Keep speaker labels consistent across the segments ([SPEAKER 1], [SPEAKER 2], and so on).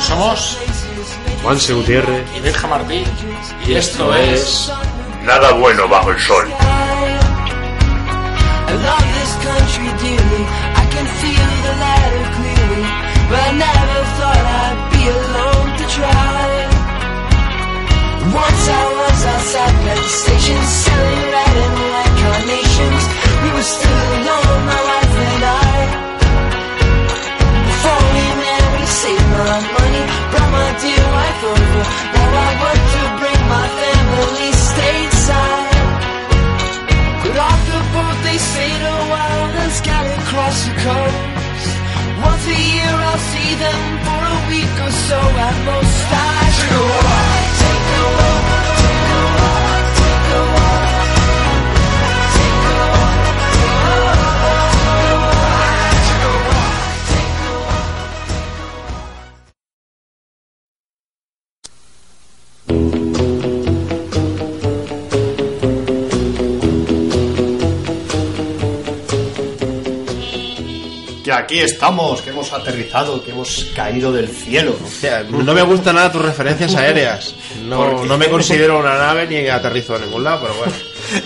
[SPEAKER 1] Somos
[SPEAKER 2] Juanse Gutiérrez.
[SPEAKER 1] Iberja Martí y esto es
[SPEAKER 3] Nada bueno bajo el sol.
[SPEAKER 4] I love this country dearly. I can feel the letter clearly, but I never thought I'd be alone to try. Once I was outside the station, selling red and white carnations. We were still alone, my wife and I. Before we met, we saved my money, brought my dear wife over. Now I work to bring my family stateside. But off the boat they sail a while and scout across the coast. Once a year I'll see them for a week or so at most. I take a walk, take a walk, take a walk, take a walk.
[SPEAKER 1] que aquí estamos, que hemos aterrizado, que hemos caído del cielo.
[SPEAKER 2] No me gustan nada tus referencias aéreas.
[SPEAKER 1] ¿Por
[SPEAKER 2] No,
[SPEAKER 1] qué?
[SPEAKER 2] no me considero una nave ni aterrizo a ningún lado, pero bueno.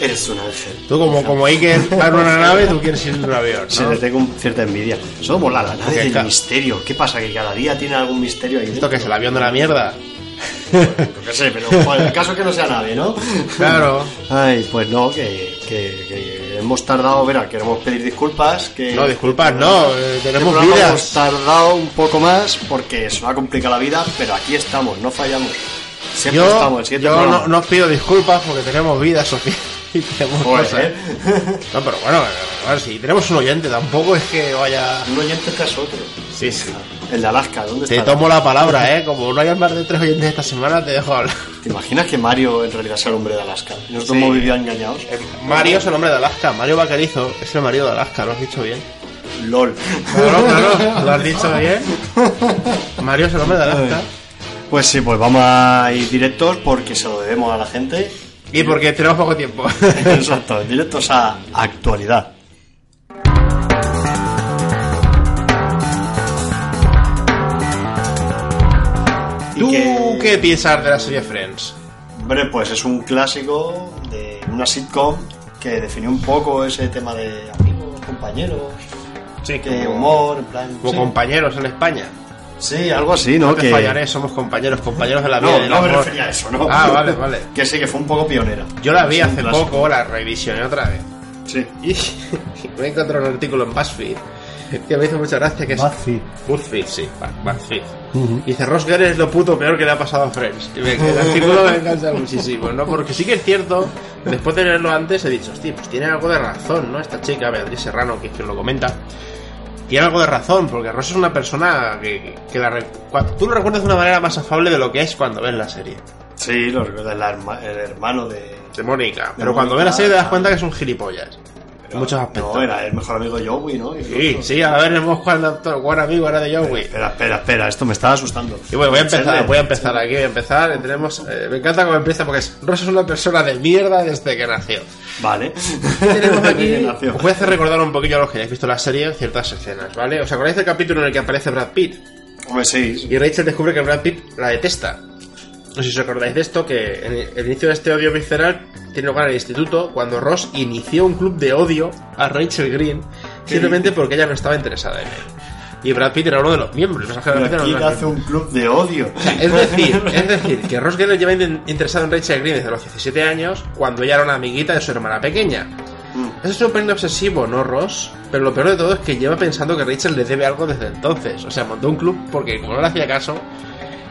[SPEAKER 5] Eres un ángel.
[SPEAKER 2] Tú, como, como Iker para una nave, tú quieres ir en un avión.
[SPEAKER 5] Se
[SPEAKER 2] ¿no?
[SPEAKER 5] le tengo un- cierta envidia. Eso mola, la nave
[SPEAKER 2] Porque
[SPEAKER 5] del
[SPEAKER 2] ca-
[SPEAKER 5] misterio. ¿Qué pasa? Que cada día tiene algún misterio ahí
[SPEAKER 2] Esto
[SPEAKER 5] dentro.
[SPEAKER 2] que es el avión de la mierda.
[SPEAKER 5] Yo qué sé, pero joder, el caso es que no sea nave, ¿no?
[SPEAKER 2] Claro.
[SPEAKER 5] Ay, pues no, que, que- que hemos tardado, verá, queremos pedir disculpas, que...
[SPEAKER 2] No, disculpas, no. eh,
[SPEAKER 5] Este
[SPEAKER 2] tenemos
[SPEAKER 5] programa Hemos
[SPEAKER 2] vidas.
[SPEAKER 5] tardado un poco más porque se nos ha complicado la vida, pero aquí estamos, no fallamos. Siempre estamos,
[SPEAKER 2] Yo,
[SPEAKER 5] el siguiente
[SPEAKER 2] yo
[SPEAKER 5] programa.
[SPEAKER 2] no, no os pido disculpas porque tenemos vidas, Sofía. Y tenemos
[SPEAKER 5] Joder,
[SPEAKER 2] cosas.
[SPEAKER 5] ¿eh?
[SPEAKER 2] No, pero bueno, a ver, si tenemos un oyente, tampoco es que vaya.
[SPEAKER 5] Un oyente tras otro.
[SPEAKER 2] Sí, sí.
[SPEAKER 5] El de Alaska, ¿dónde
[SPEAKER 2] Te
[SPEAKER 5] está?
[SPEAKER 2] tomo la palabra, eh. Como no hayan más de tres oyentes esta semana, te dejo hablar.
[SPEAKER 5] ¿Te imaginas que Mario en realidad sea el hombre de Alaska? Y nosotros
[SPEAKER 2] Sí.
[SPEAKER 5] hemos vivido engañados.
[SPEAKER 2] Eh, Mario es el hombre de Alaska. Mario Vaquerizo es el marido de Alaska, lo has dicho bien.
[SPEAKER 5] LOL.
[SPEAKER 2] Claro, claro, lo has dicho bien. Mario es el hombre de Alaska.
[SPEAKER 5] Pues sí, pues vamos a ir directos porque se lo debemos a la gente.
[SPEAKER 2] Y porque tenemos poco tiempo.
[SPEAKER 5] Exacto, directos a actualidad. Y
[SPEAKER 2] ¿Tú
[SPEAKER 5] que-
[SPEAKER 2] qué piensas de la serie Friends?
[SPEAKER 5] Hombre, pues es un clásico de una sitcom que definió un poco ese tema de amigos, compañeros,
[SPEAKER 2] Sí,
[SPEAKER 5] que humor, en plan.
[SPEAKER 2] Como
[SPEAKER 5] sí.
[SPEAKER 2] compañeros en España.
[SPEAKER 5] Sí, algo así, ¿no?
[SPEAKER 2] No te
[SPEAKER 5] que...
[SPEAKER 2] fallaré, somos compañeros, compañeros de la vida.
[SPEAKER 5] No,
[SPEAKER 2] del
[SPEAKER 5] no me
[SPEAKER 2] amor.
[SPEAKER 5] refería a eso, ¿no?
[SPEAKER 2] Ah, vale, vale.
[SPEAKER 5] Que sí, que fue un poco pionera.
[SPEAKER 2] Yo la vi
[SPEAKER 5] Es un
[SPEAKER 2] hace
[SPEAKER 5] clásico.
[SPEAKER 2] poco, la revisioné otra vez.
[SPEAKER 5] Sí.
[SPEAKER 2] Y me encontré un artículo en BuzzFeed que me hizo mucha gracia que es... BuzzFeed, sí, Bu- BuzzFeed. Y dice, Ross Geller es lo puto peor que le ha pasado a Friends. Y me- el artículo me encanta muchísimo, ¿no? Porque sí que es cierto, después de leerlo antes he dicho, hostia, pues tiene algo de razón, ¿no? Esta chica, Beatriz Serrano, que es quien lo comenta, tiene algo de razón, porque Ross es una persona que, que la... re- cua- Tú lo recuerdas de una manera más afable de lo que es cuando ves la serie.
[SPEAKER 5] Sí, lo recuerdo, el, arma- el hermano de.
[SPEAKER 2] De Mónica. Pero
[SPEAKER 5] Mónica.
[SPEAKER 2] cuando ves la serie te das cuenta que es un gilipollas. En muchos aspectos.
[SPEAKER 5] No, era el mejor amigo de Joey, ¿no? Y-
[SPEAKER 2] Sí, sí, a ver, hemos cuál doctor, cuál amigo era de Joey.
[SPEAKER 5] Espera, espera, espera, esto me estaba asustando.
[SPEAKER 2] Y bueno, voy a empezar,
[SPEAKER 5] Serio.
[SPEAKER 2] voy a empezar aquí, voy a empezar. Tenemos, eh, me encanta cómo empieza porque es, Ross es una persona de mierda desde que nació.
[SPEAKER 5] Vale.
[SPEAKER 2] Tenemos aquí,
[SPEAKER 5] Nació.
[SPEAKER 2] os voy a hacer recordar un poquillo a los que hayáis visto la serie ciertas escenas, ¿vale? ¿Os acordáis del capítulo en el que aparece Brad Pitt?
[SPEAKER 5] Hombre, sí.
[SPEAKER 2] Y Rachel descubre que Brad Pitt la detesta. No sé si os acordáis de esto, que en el inicio de este odio visceral tiene lugar en el instituto cuando Ross inició un club de odio a Rachel Green simplemente porque ella no estaba interesada en él. Y Brad Pitt era uno de los miembros. el personaje de
[SPEAKER 5] Pero
[SPEAKER 2] Brad Pitt era
[SPEAKER 5] aquí
[SPEAKER 2] uno de los
[SPEAKER 5] hace un club de odio.
[SPEAKER 2] es decir, es decir, que Ross Geller lleva in- interesado en Rachel Green desde los 17 años, cuando ella era una amiguita de su hermana pequeña. Eso es un pelín obsesivo, ¿no, Ross? Pero lo peor de todo es que lleva pensando que Rachel le debe algo desde entonces. O sea, montó un club porque, como no le hacía caso,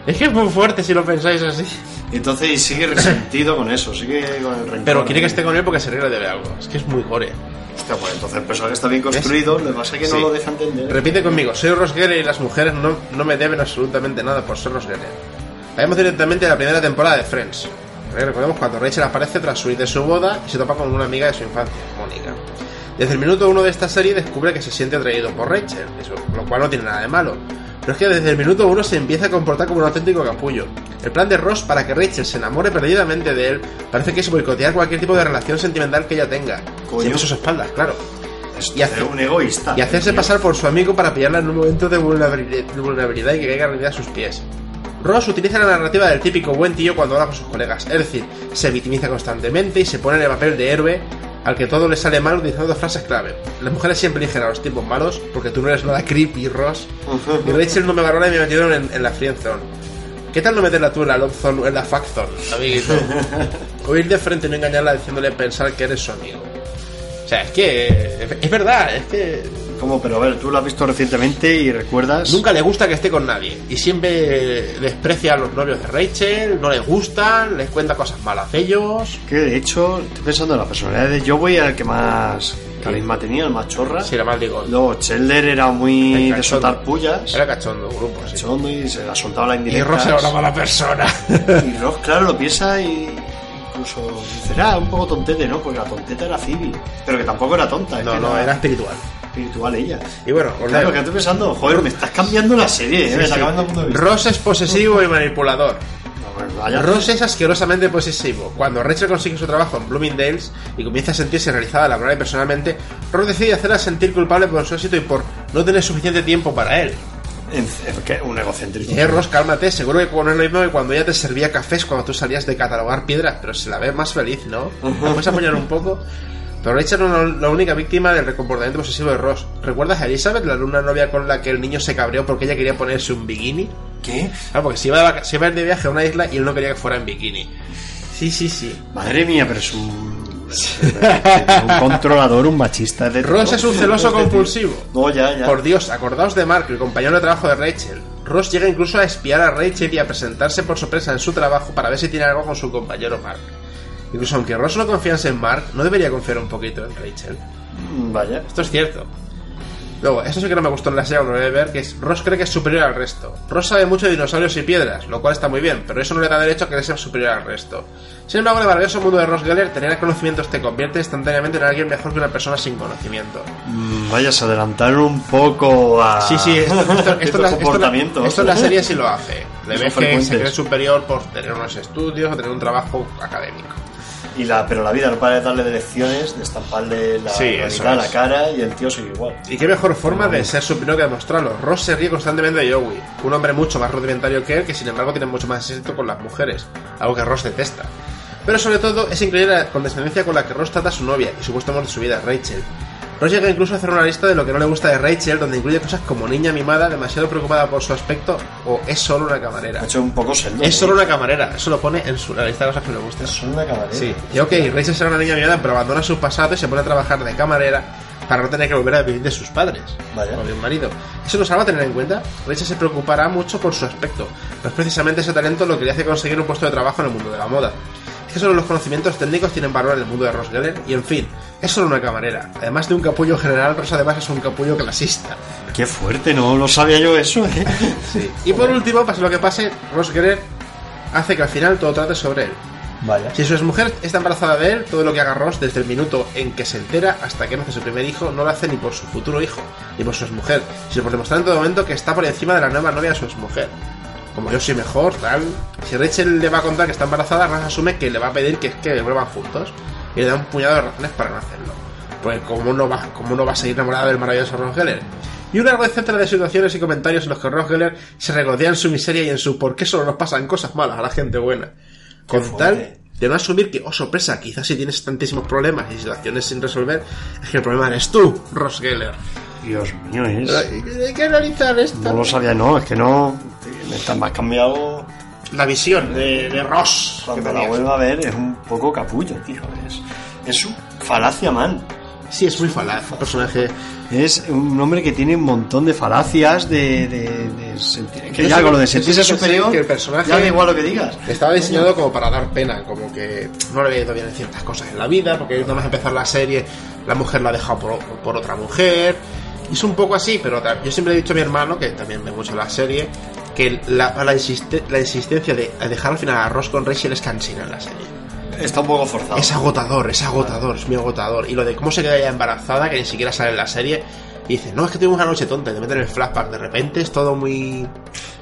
[SPEAKER 2] es que es muy fuerte si lo pensáis así.
[SPEAKER 5] Entonces y sigue resentido con eso, sigue con el rencor.
[SPEAKER 2] Pero quiere que esté con él porque se le debe algo. Es que es muy gore.
[SPEAKER 5] Hostia, pues entonces el personaje está bien construido, lo que pasa es que
[SPEAKER 2] Sí.
[SPEAKER 5] no lo deja entender.
[SPEAKER 2] Repite conmigo, soy Ross Geller y las mujeres no, no me deben absolutamente nada por ser Ross Geller. Vayamos directamente a la primera temporada de Friends. Eh, Recordemos cuando Rachel aparece tras huir de su boda y se topa con una amiga de su infancia, Mónica. Desde el minuto uno de esta serie descubre que se siente atraído por Rachel, eso, lo cual no tiene nada de malo. Pero es que desde el minuto uno se empieza a comportar como un auténtico capullo. El plan de Ross para que Rachel se enamore perdidamente de él parece que es boicotear cualquier tipo de relación sentimental que ella tenga.
[SPEAKER 5] Coño.
[SPEAKER 2] Siempre a sus espaldas, claro.
[SPEAKER 5] Es
[SPEAKER 2] y hace-
[SPEAKER 5] un egoísta.
[SPEAKER 2] Y hacerse
[SPEAKER 5] tío.
[SPEAKER 2] pasar por su amigo para pillarla en un momento de vulnerabili- de vulnerabilidad y que caiga rendida a sus pies. Ross utiliza la narrativa del típico buen tío cuando habla con sus colegas, es decir, se victimiza constantemente y se pone en el papel de héroe al que todo le sale mal utilizando frases clave. Las mujeres siempre eligen a los tipos malos porque tú no eres nada creepy, Ross. Y Rachel no me valora y me metieron en, en la Friendzone. ¿Qué tal no meterla tú en la Love Zone o en la Fuck Zone, amiguito? o ir de frente y no engañarla diciéndole pensar que eres su amigo. O sea, es que... eh, Es verdad, es que...
[SPEAKER 5] ¿Cómo? Pero a ver, tú lo has visto recientemente y recuerdas.
[SPEAKER 2] Nunca le gusta que esté con nadie. Y siempre desprecia a los novios de Rachel, no les gustan, les cuenta cosas malas de ellos.
[SPEAKER 5] Que de hecho, estoy pensando en la personalidad de Joey, era el que más carisma tenía, el machorra.
[SPEAKER 2] Si era mal digo.
[SPEAKER 5] Luego, Chandler era muy
[SPEAKER 2] el
[SPEAKER 5] de
[SPEAKER 2] cachondo.
[SPEAKER 5] soltar pullas.
[SPEAKER 2] Era cachondo, grupo. sí.
[SPEAKER 5] cachondo y se la soltaba la
[SPEAKER 2] Y
[SPEAKER 5] indirecta.
[SPEAKER 2] Ross era una mala persona.
[SPEAKER 5] Y Ross, claro, lo piensa y incluso dice, ah, un poco tontete, ¿no? Porque la tonteta era Phoebe, pero que tampoco era tonta. es
[SPEAKER 2] no,
[SPEAKER 5] que
[SPEAKER 2] no, era espiritual.
[SPEAKER 5] espiritual ella.
[SPEAKER 2] Y bueno, volvemos.
[SPEAKER 5] Claro, que estoy pensando, joder, me estás cambiando la serie, ¿eh? me está cambiando el punto de vista.
[SPEAKER 2] Ross es posesivo y manipulador.
[SPEAKER 5] No, bueno, vaya-
[SPEAKER 2] Ross es asquerosamente posesivo. Cuando Rachel consigue su trabajo en Bloomingdale's y comienza a sentirse realizada laboral y personalmente, Ross decide hacerla sentir culpable por su éxito y por no tener suficiente tiempo para él.
[SPEAKER 5] en- en- que Un egocentrismo.
[SPEAKER 2] Eh, Ross, cálmate, seguro que cuando es lo mismo que cuando ella te servía cafés cuando tú salías de catalogar piedras, pero se la ve más feliz, ¿no? ¿La puedes apoyar un poco? Pero Rachel era la- la única víctima del comportamiento posesivo de Ross. ¿Recuerdas a Elizabeth, la alumna novia con la que el niño se cabreó porque ella quería ponerse un bikini?
[SPEAKER 5] ¿Qué?
[SPEAKER 2] Ah, porque se iba, de vaca- se iba a ir de viaje a una isla y él no quería que fuera en bikini. Sí, sí, sí.
[SPEAKER 5] Madre mía, pero es un... un controlador, un machista. es de
[SPEAKER 2] Ross
[SPEAKER 5] todo.
[SPEAKER 2] es un celoso
[SPEAKER 5] Este tío.
[SPEAKER 2] compulsivo.
[SPEAKER 5] No, ya, ya.
[SPEAKER 2] Por Dios, acordaos de Mark, el compañero de trabajo de Rachel. Ross llega incluso a espiar a Rachel y a presentarse por sorpresa en su trabajo para ver si tiene algo con su compañero Mark. Incluso aunque Ross no confiase en Mark, no debería confiar un poquito en Rachel.
[SPEAKER 5] Mm, Vaya.
[SPEAKER 2] Esto es cierto. Luego, esto sí que no me gustó en la serie, lo debe ver, que es Ross cree que es superior al resto. Ross sabe mucho de dinosaurios y piedras, lo cual está muy bien, pero eso no le da derecho a que sea superior al resto. Sin embargo, en el maravilloso mundo de Ross Geller, tener conocimientos te convierte instantáneamente en alguien mejor que una persona sin conocimiento.
[SPEAKER 5] Mm, Vaya, se adelantaron un poco a...
[SPEAKER 2] Sí, sí, esto, esto, esto, en
[SPEAKER 5] estos
[SPEAKER 2] la- esto en la-
[SPEAKER 5] comportamientos.
[SPEAKER 2] esto en la serie sí lo hace. Le
[SPEAKER 5] Son
[SPEAKER 2] ves que se
[SPEAKER 5] frecuentes.
[SPEAKER 2] cree superior por tener unos estudios o tener un trabajo académico.
[SPEAKER 5] Y la, pero la vida no para de darle de lecciones, de estamparle la,
[SPEAKER 2] Sí,
[SPEAKER 5] la
[SPEAKER 2] eso
[SPEAKER 5] mitad,
[SPEAKER 2] es.
[SPEAKER 5] la cara y el tío sigue igual.
[SPEAKER 2] Y qué mejor forma de ser superior que demostrarlo. Ross se ríe constantemente de Joey, un hombre mucho más rudimentario que él, que sin embargo tiene mucho más éxito con las mujeres, algo que Ross detesta. Pero sobre todo es increíble la condescendencia con la que Ross trata a su novia y supuesto amor de su vida, Rachel. Ross llega incluso a hacer una lista de lo que no le gusta de Rachel, donde incluye cosas como niña mimada, demasiado preocupada por su aspecto o es solo una camarera.
[SPEAKER 5] Ha hecho un poco sendo.
[SPEAKER 2] Es solo una camarera, eso lo pone en su, la lista de cosas que le gustan.
[SPEAKER 5] Es solo una camarera.
[SPEAKER 2] Sí, y ok, Rachel será una niña mimada, pero abandona su pasado y se pone a trabajar de camarera para no tener que volver a vivir de sus padres
[SPEAKER 5] Vaya.
[SPEAKER 2] o de un marido. Eso nos va a tener en cuenta. Rachel se preocupará mucho por su aspecto, pero es precisamente ese talento lo que le hace conseguir un puesto de trabajo en el mundo de la moda. Es que solo los conocimientos técnicos tienen valor en el mundo de Ross Geller, y en fin, es solo una camarera. Además de un capullo general, Ross además es un capullo clasista.
[SPEAKER 5] Qué fuerte, no lo sabía yo eso, ¿eh?
[SPEAKER 2] Y por último, pase lo que pase, Ross Geller hace que al final todo trate sobre él.
[SPEAKER 5] Vaya.
[SPEAKER 2] Si su exmujer está embarazada de él, todo lo que haga Ross desde el minuto en que se entera hasta que nace su primer hijo no lo hace ni por su futuro hijo, ni por su exmujer, sino por demostrar en todo momento que está por encima de la nueva novia de su exmujer. Como yo soy mejor, tal. Si Rachel le va a contar que está embarazada, Ross asume que le va a pedir que, que vuelvan juntos y le da un puñado de razones para no hacerlo. Pues como no va, como no va a seguir enamorada del maravilloso Ross Geller. Y una red etcétera de situaciones y comentarios en los que Ross Geller se regodea en su miseria y en su por qué solo nos pasan cosas malas a la gente buena. Con
[SPEAKER 5] fuerte.
[SPEAKER 2] tal de no asumir que, oh sorpresa, quizás si tienes tantísimos problemas y situaciones sin resolver, es que el problema eres tú, Ross Geller. Y
[SPEAKER 5] Dios mío, es.
[SPEAKER 2] Pero Hay que analizar esto.
[SPEAKER 5] No lo sabía, no, es que no. Me está más cambiado.
[SPEAKER 2] La visión de, de Ross.
[SPEAKER 5] Cuando
[SPEAKER 2] que
[SPEAKER 5] la
[SPEAKER 2] tenía.
[SPEAKER 5] vuelva a ver, es un poco capullo, tío. Es, es un falacia man.
[SPEAKER 2] Sí, es muy falaz. Un personaje.
[SPEAKER 5] Es un hombre que tiene un montón de falacias de, de, de sentir. es Que ya con lo de sentirse
[SPEAKER 2] Sí, sí, sí,
[SPEAKER 5] superior,
[SPEAKER 2] que el personaje-
[SPEAKER 5] ya da igual lo que digas.
[SPEAKER 2] Estaba diseñado como para dar pena, como que no le había ido bien en ciertas cosas en la vida, porque nada más empezar la serie, la mujer la ha dejado por, por otra mujer. Y es un poco así, pero ta- yo siempre he dicho a mi hermano, que también ve mucho la serie, que la, la, insiste- la insistencia de dejar al final a Ross con Rachel es cansina en la serie.
[SPEAKER 5] Está un poco forzado.
[SPEAKER 2] Es agotador, es agotador, es muy agotador. Y lo de cómo se queda ella embarazada, que ni siquiera sale en la serie, y dice, no, es que tuvimos una noche tonta, y te meten el flashback de repente, es todo muy...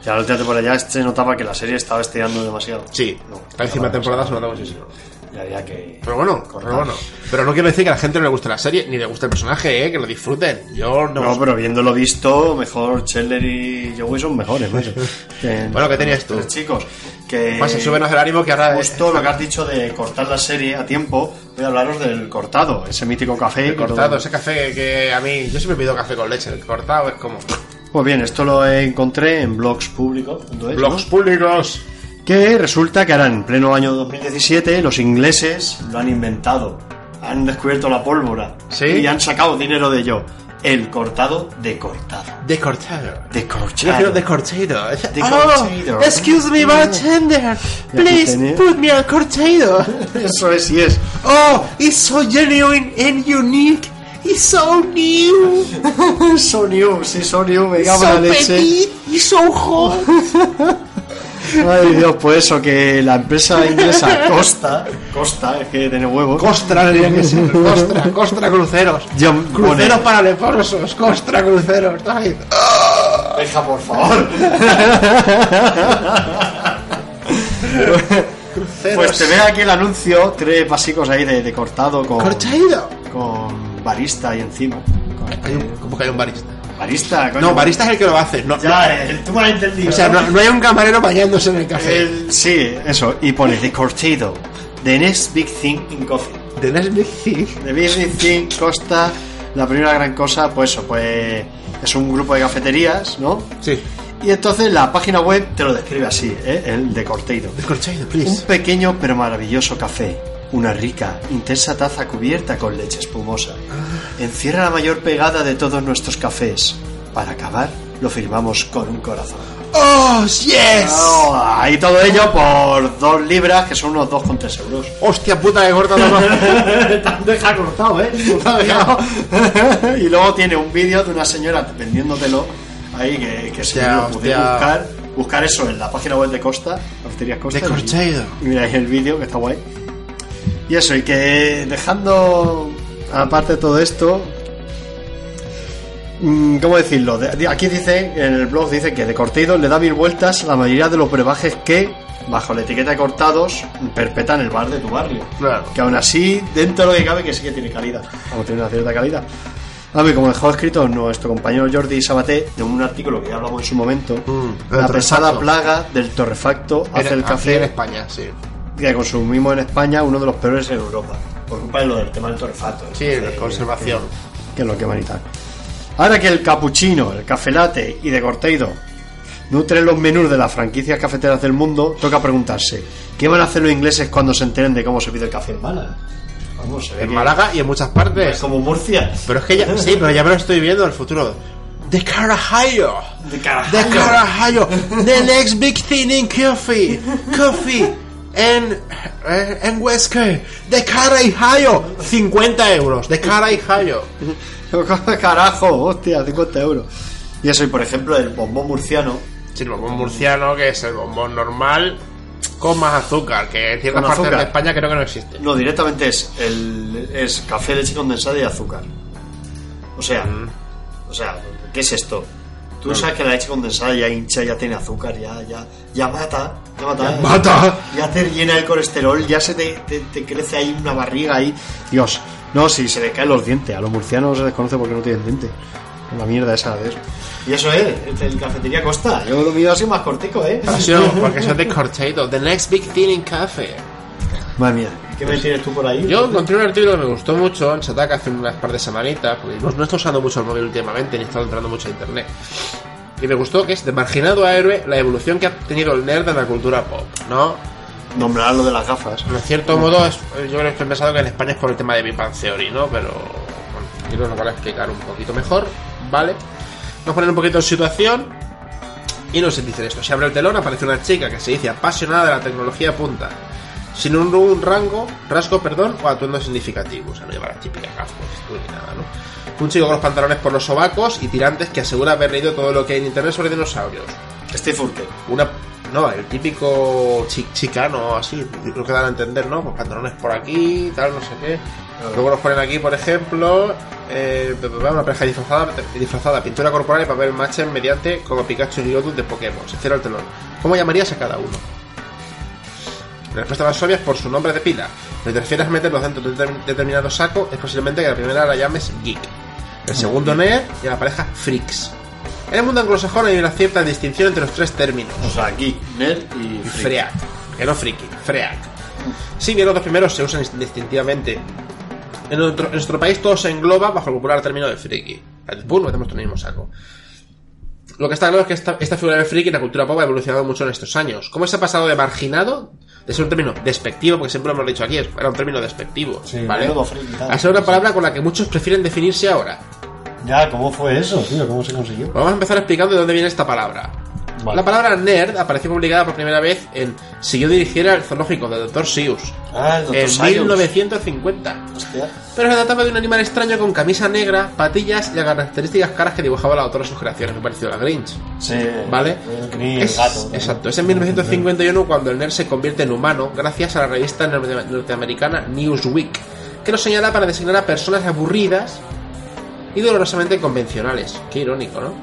[SPEAKER 5] Ya la última temporada ya se este notaba que la serie estaba estirando demasiado.
[SPEAKER 2] Sí,
[SPEAKER 5] No,
[SPEAKER 2] la décima
[SPEAKER 5] estaba-
[SPEAKER 2] temporada se nota muchísimo.
[SPEAKER 5] Ya había que.
[SPEAKER 2] Pero bueno,
[SPEAKER 5] cortar.
[SPEAKER 2] pero bueno. Pero no quiero decir que a la gente no le guste la serie, ni le guste el personaje, ¿eh? que lo disfruten. Yo no.
[SPEAKER 5] No, pero viéndolo visto, mejor Chandler y Joey son mejores, macho. Que-
[SPEAKER 2] Bueno, ¿qué tenías tú?
[SPEAKER 5] Tres chicos, que...
[SPEAKER 2] Pasa, súbenos el ánimo que ahora-
[SPEAKER 5] Justo lo que has dicho de cortar la serie a tiempo, voy a hablaros del cortado, ese mítico café.
[SPEAKER 2] El
[SPEAKER 5] que todo-
[SPEAKER 2] cortado, ese café que a mí. Yo siempre pido café con leche, el cortado es como.
[SPEAKER 5] Pues bien, esto lo encontré en blogs públicos.
[SPEAKER 2] Blogs públicos.
[SPEAKER 5] Que resulta que ahora en pleno año 2017 los ingleses lo han inventado. Han descubierto la pólvora.
[SPEAKER 2] ¿Sí?
[SPEAKER 5] Y han sacado dinero de ello. El cortado de cortado.
[SPEAKER 2] De cortado.
[SPEAKER 5] De
[SPEAKER 2] Yo quiero
[SPEAKER 5] corchado.
[SPEAKER 2] de cortado.
[SPEAKER 5] De cortado.
[SPEAKER 2] Oh, excuse me, bartender.
[SPEAKER 5] Y aquí
[SPEAKER 2] Please
[SPEAKER 5] tenía-
[SPEAKER 2] put me al cortado.
[SPEAKER 5] Eso es, y es.
[SPEAKER 2] Oh, it's so genuine and unique. It's so new.
[SPEAKER 5] Sonium, sí, Sonium, me cago en
[SPEAKER 2] so
[SPEAKER 5] la leche.
[SPEAKER 2] petit y so hot.
[SPEAKER 5] Ay, Dios, pues eso, que la empresa inglesa Costa, Costa, es que tiene huevos.
[SPEAKER 2] Costra tendría que ser. Costra, Costra Cruceros.
[SPEAKER 5] John
[SPEAKER 2] cruceros
[SPEAKER 5] Bonner.
[SPEAKER 2] para leprosos. Costra Cruceros. Ay,
[SPEAKER 5] Deja, por favor.
[SPEAKER 2] cruceros.
[SPEAKER 5] Pues te ve aquí el anuncio, tres vasicos ahí de, de cortado con,
[SPEAKER 2] Corchaído.
[SPEAKER 5] con barista ahí encima.
[SPEAKER 2] Hay un- ¿Cómo que hay un barista?
[SPEAKER 5] Barista, coño.
[SPEAKER 2] No, barista es el que lo hace. No,
[SPEAKER 5] Ya, eh, tú me has entendido.
[SPEAKER 2] o sea,
[SPEAKER 5] ¿no?
[SPEAKER 2] no, no hay un camarero bañándose en el café.
[SPEAKER 5] El- sí, eso, y pone de cortado. The next big thing in coffee.
[SPEAKER 2] De Nesbitt, sí.
[SPEAKER 5] The Business Thing Costa, la primera gran cosa, pues eso, pues es un grupo de cafeterías, ¿no?
[SPEAKER 2] Sí.
[SPEAKER 5] Y entonces la página web te lo describe así, ¿eh? el de Corteiro.
[SPEAKER 2] Corchaído,
[SPEAKER 5] Un
[SPEAKER 2] please.
[SPEAKER 5] pequeño pero maravilloso café, una rica, intensa taza cubierta con leche espumosa. Encierra la mayor pegada de todos nuestros cafés. Para acabar, lo firmamos con un corazón.
[SPEAKER 2] ¡Oh, yes!
[SPEAKER 5] Ah, y todo ello por dos libras, que son unos 2,3 euros.
[SPEAKER 2] Hostia puta que corta la mano.
[SPEAKER 5] deja cortado, ¿eh? Te han dejado. y luego tiene un vídeo de una señora vendiéndotelo ahí que, que si
[SPEAKER 2] Hostia,
[SPEAKER 5] lo pudiera
[SPEAKER 2] hostia.
[SPEAKER 5] buscar, buscar eso en la página web de Costa, Cafeterías Costa.
[SPEAKER 2] De
[SPEAKER 5] y-
[SPEAKER 2] Corchado.
[SPEAKER 5] Y miráis el vídeo que está guay. Y eso, y que dejando aparte todo esto. mm, ¿Cómo decirlo? De- de- Aquí dice, en el blog dice que de cortido le da mil vueltas a la mayoría de los brebajes que, bajo la etiqueta de cortados, perpetan el bar de tu barrio.
[SPEAKER 2] Claro.
[SPEAKER 5] Que aún así, dentro de lo que cabe, que sí que tiene calidad. O tiene una cierta calidad. A ver, como dejó escrito nuestro compañero Jordi Sabaté de un artículo que ya hablamos en su momento,
[SPEAKER 2] Mm, el
[SPEAKER 5] la pesada
[SPEAKER 2] torrefacto.
[SPEAKER 5] plaga del torrefacto hace el
[SPEAKER 2] Aquí
[SPEAKER 5] café
[SPEAKER 2] en España, sí.
[SPEAKER 5] que consumimos en España uno de los peores en Europa. Por culpa de lo del tema del torrefato.
[SPEAKER 2] Sí,
[SPEAKER 5] de-
[SPEAKER 2] conservación.
[SPEAKER 5] Que es lo que van y tal. Ahora que el capuchino, el café latte y de corteido nutren los menús de las franquicias cafeteras del mundo, toca preguntarse, ¿qué van a hacer los ingleses cuando se enteren de cómo se pide el café en Málaga? Vamos, se ve
[SPEAKER 2] En
[SPEAKER 5] que-
[SPEAKER 2] Málaga y en muchas
[SPEAKER 5] es
[SPEAKER 2] partes.
[SPEAKER 5] como Murcia.
[SPEAKER 2] Pero es que ya, sí, pero ya me lo estoy viendo en el futuro. De Carajallo.
[SPEAKER 5] De carajo.
[SPEAKER 2] The Carajillo, the next big thing in coffee, coffee, and, eh, and Wesker, The Carajillo, 50 euros, The Carajillo.
[SPEAKER 5] Carajo, hostia, 50 euros. Y eso, y por ejemplo, el bombón murciano,
[SPEAKER 2] Sí, el bombón murciano, que es el bombón normal, con más azúcar, que en ciertas
[SPEAKER 5] Con
[SPEAKER 2] partes
[SPEAKER 5] azúcar.
[SPEAKER 2] de España creo que no existe.
[SPEAKER 5] No, directamente es el es café, leche condensada y azúcar. O sea, o sea, ¿qué es esto? Tú sabes que la leche condensada ya hincha, ya tiene azúcar, ya, ya, ya mata, ya mata, ya,
[SPEAKER 2] ¡Mata!
[SPEAKER 5] te llena el colesterol, ya se te, te- te crece ahí una barriga ahí. Dios, no, si se le caen los dientes, a los murcianos se les conoce porque no tienen dientes. La mierda esa de eso. Y eso es, este, el cafetería Costa. Yo lo mío ha sido más cortico, ¿eh?
[SPEAKER 2] Pasión, porque eso es de cortado, The next big thing in coffee.
[SPEAKER 5] Madre mía. ¿Qué me tienes tú por ahí?
[SPEAKER 6] Yo encontré un artículo que me gustó mucho en Sataka hace unas par de semanitas, porque no, no estoy usando mucho el móvil últimamente, ni he estado entrando mucho a internet. Y me gustó que es de marginado a héroe la evolución que ha tenido el nerd en la cultura pop, ¿no?
[SPEAKER 5] Nombrar lo de las gafas.
[SPEAKER 6] En cierto modo, es- eh, yo creo que he pensado que en España es por el tema de Big Bang Theory, ¿no? Pero bueno, yo creo que lo voy a explicar un poquito mejor, ¿vale? Vamos a poner un poquito en situación y nos dicen esto. Se abre el telón, aparece una chica que se dice apasionada de la tecnología punta, sin un, un rango, rasgo, perdón, o atuendo significativo. O sea, no lleva las típicas gafas ni nada, ¿no? Un chico con los pantalones por los sobacos y tirantes que asegura haber leído todo lo que hay en internet sobre dinosaurios
[SPEAKER 5] Este Furke.
[SPEAKER 6] una no, el típico chi- chicano así, lo que dan a entender, ¿no? Pues pantalones por aquí, tal, no sé qué. Luego nos ponen aquí, por ejemplo, eh, una pareja disfrazada, disfrazada, pintura corporal y papel mache mediante como Pikachu y Yodu de Pokémon. Se cierra el telón. ¿Cómo llamarías a cada uno? La respuesta más obvia es por su nombre de pila. Si te refieres a meterlos dentro de un determin- determinado saco, es posiblemente que la primera la llames geek, el segundo nerd y a la pareja freaks. En el mundo anglosajón hay una cierta distinción entre los tres términos.
[SPEAKER 5] O sea, geek, nerd y freak.
[SPEAKER 6] Freak. Que no friki, Freak. Si bien los dos primeros se usan distintivamente. En otro- en nuestro país todo se engloba bajo el popular término de friki. Pum, metemos todo en el mismo saco. Lo que está claro es que esta, esta figura del friki en la cultura pop ha evolucionado mucho en estos años. ¿Cómo se ha pasado de marginado? De ser un término despectivo, porque siempre lo hemos dicho aquí, era un término despectivo.
[SPEAKER 1] Sí,
[SPEAKER 6] ¿vale?
[SPEAKER 1] menudo friki, tal.
[SPEAKER 6] A ser una palabra con la que muchos prefieren definirse ahora.
[SPEAKER 1] Ya, ¿cómo fue eso, tío? ¿Cómo se consiguió?
[SPEAKER 6] Vamos a empezar explicando de dónde viene esta palabra.
[SPEAKER 1] Vale.
[SPEAKER 6] La palabra nerd apareció publicada por primera vez en Si yo dirigiera el zoológico de Dr. Seuss
[SPEAKER 1] Ah, el Dr.
[SPEAKER 6] en
[SPEAKER 1] Seuss.
[SPEAKER 6] 1950.
[SPEAKER 1] Hostia.
[SPEAKER 6] Pero se trataba de un animal extraño con camisa negra, patillas y las características caras que dibujaba la autora de sus creaciones, muy parecido a la Grinch.
[SPEAKER 1] Sí.
[SPEAKER 6] ¿Vale?
[SPEAKER 1] El gris,
[SPEAKER 6] Es-
[SPEAKER 1] el gato. ¿no?
[SPEAKER 6] Exacto, es en 1951 cuando el nerd se convierte en humano gracias a la revista norte- norteamericana Newsweek, que lo señala para designar a personas aburridas y dolorosamente convencionales. Qué irónico, ¿no?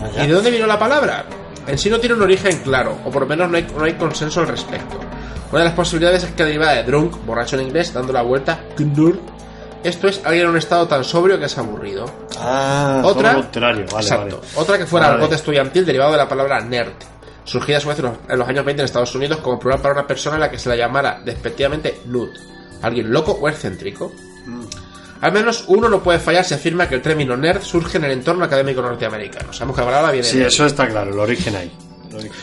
[SPEAKER 1] Vaya.
[SPEAKER 6] ¿Y de dónde vino la palabra? En sí no tiene un origen claro, o por lo menos no hay, no hay consenso al respecto. Una de las posibilidades es que deriva de drunk, borracho en inglés, dando la vuelta, knurr. Esto es alguien en un estado tan sobrio que es aburrido.
[SPEAKER 1] Ah, todo
[SPEAKER 6] Otra,
[SPEAKER 1] lo contrario. Vale,
[SPEAKER 6] exacto,
[SPEAKER 1] vale.
[SPEAKER 6] otra que fuera
[SPEAKER 1] Vale.
[SPEAKER 6] algo de estudiantil derivado de la palabra nerd, surgida a su vez en los, en los años 20 en Estados Unidos como plural para una persona a la que se la llamara despectivamente nud, alguien loco o excéntrico. Al menos uno no puede fallar si afirma que el término nerd surge en el entorno académico norteamericano. Sabemos que la palabra viene
[SPEAKER 5] Sí,
[SPEAKER 6] de-
[SPEAKER 5] eso está claro, el origen ahí.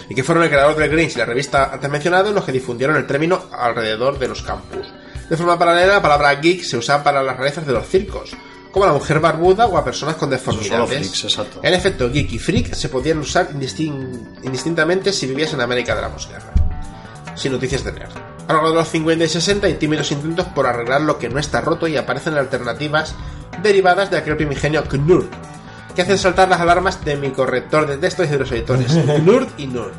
[SPEAKER 6] y que fueron el creador del Grinch y la revista antes mencionada los que difundieron el término alrededor de los campus. De forma paralela, la palabra geek se usa para las rarezas de los circos, como a la mujer barbuda o a personas con deformidades.
[SPEAKER 5] freaks, exacto.
[SPEAKER 6] En efecto, geek y freak se podían usar indistin- indistintamente si vivías en América de la posguerra. Sin noticias de nerd. A lo largo de los 50 y 60 hay tímidos intentos por arreglar lo que no está roto y aparecen alternativas derivadas de aquel primigenio Knurd, que hacen saltar las alarmas de mi corrector de texto y de los editores. Nurd y Nurd.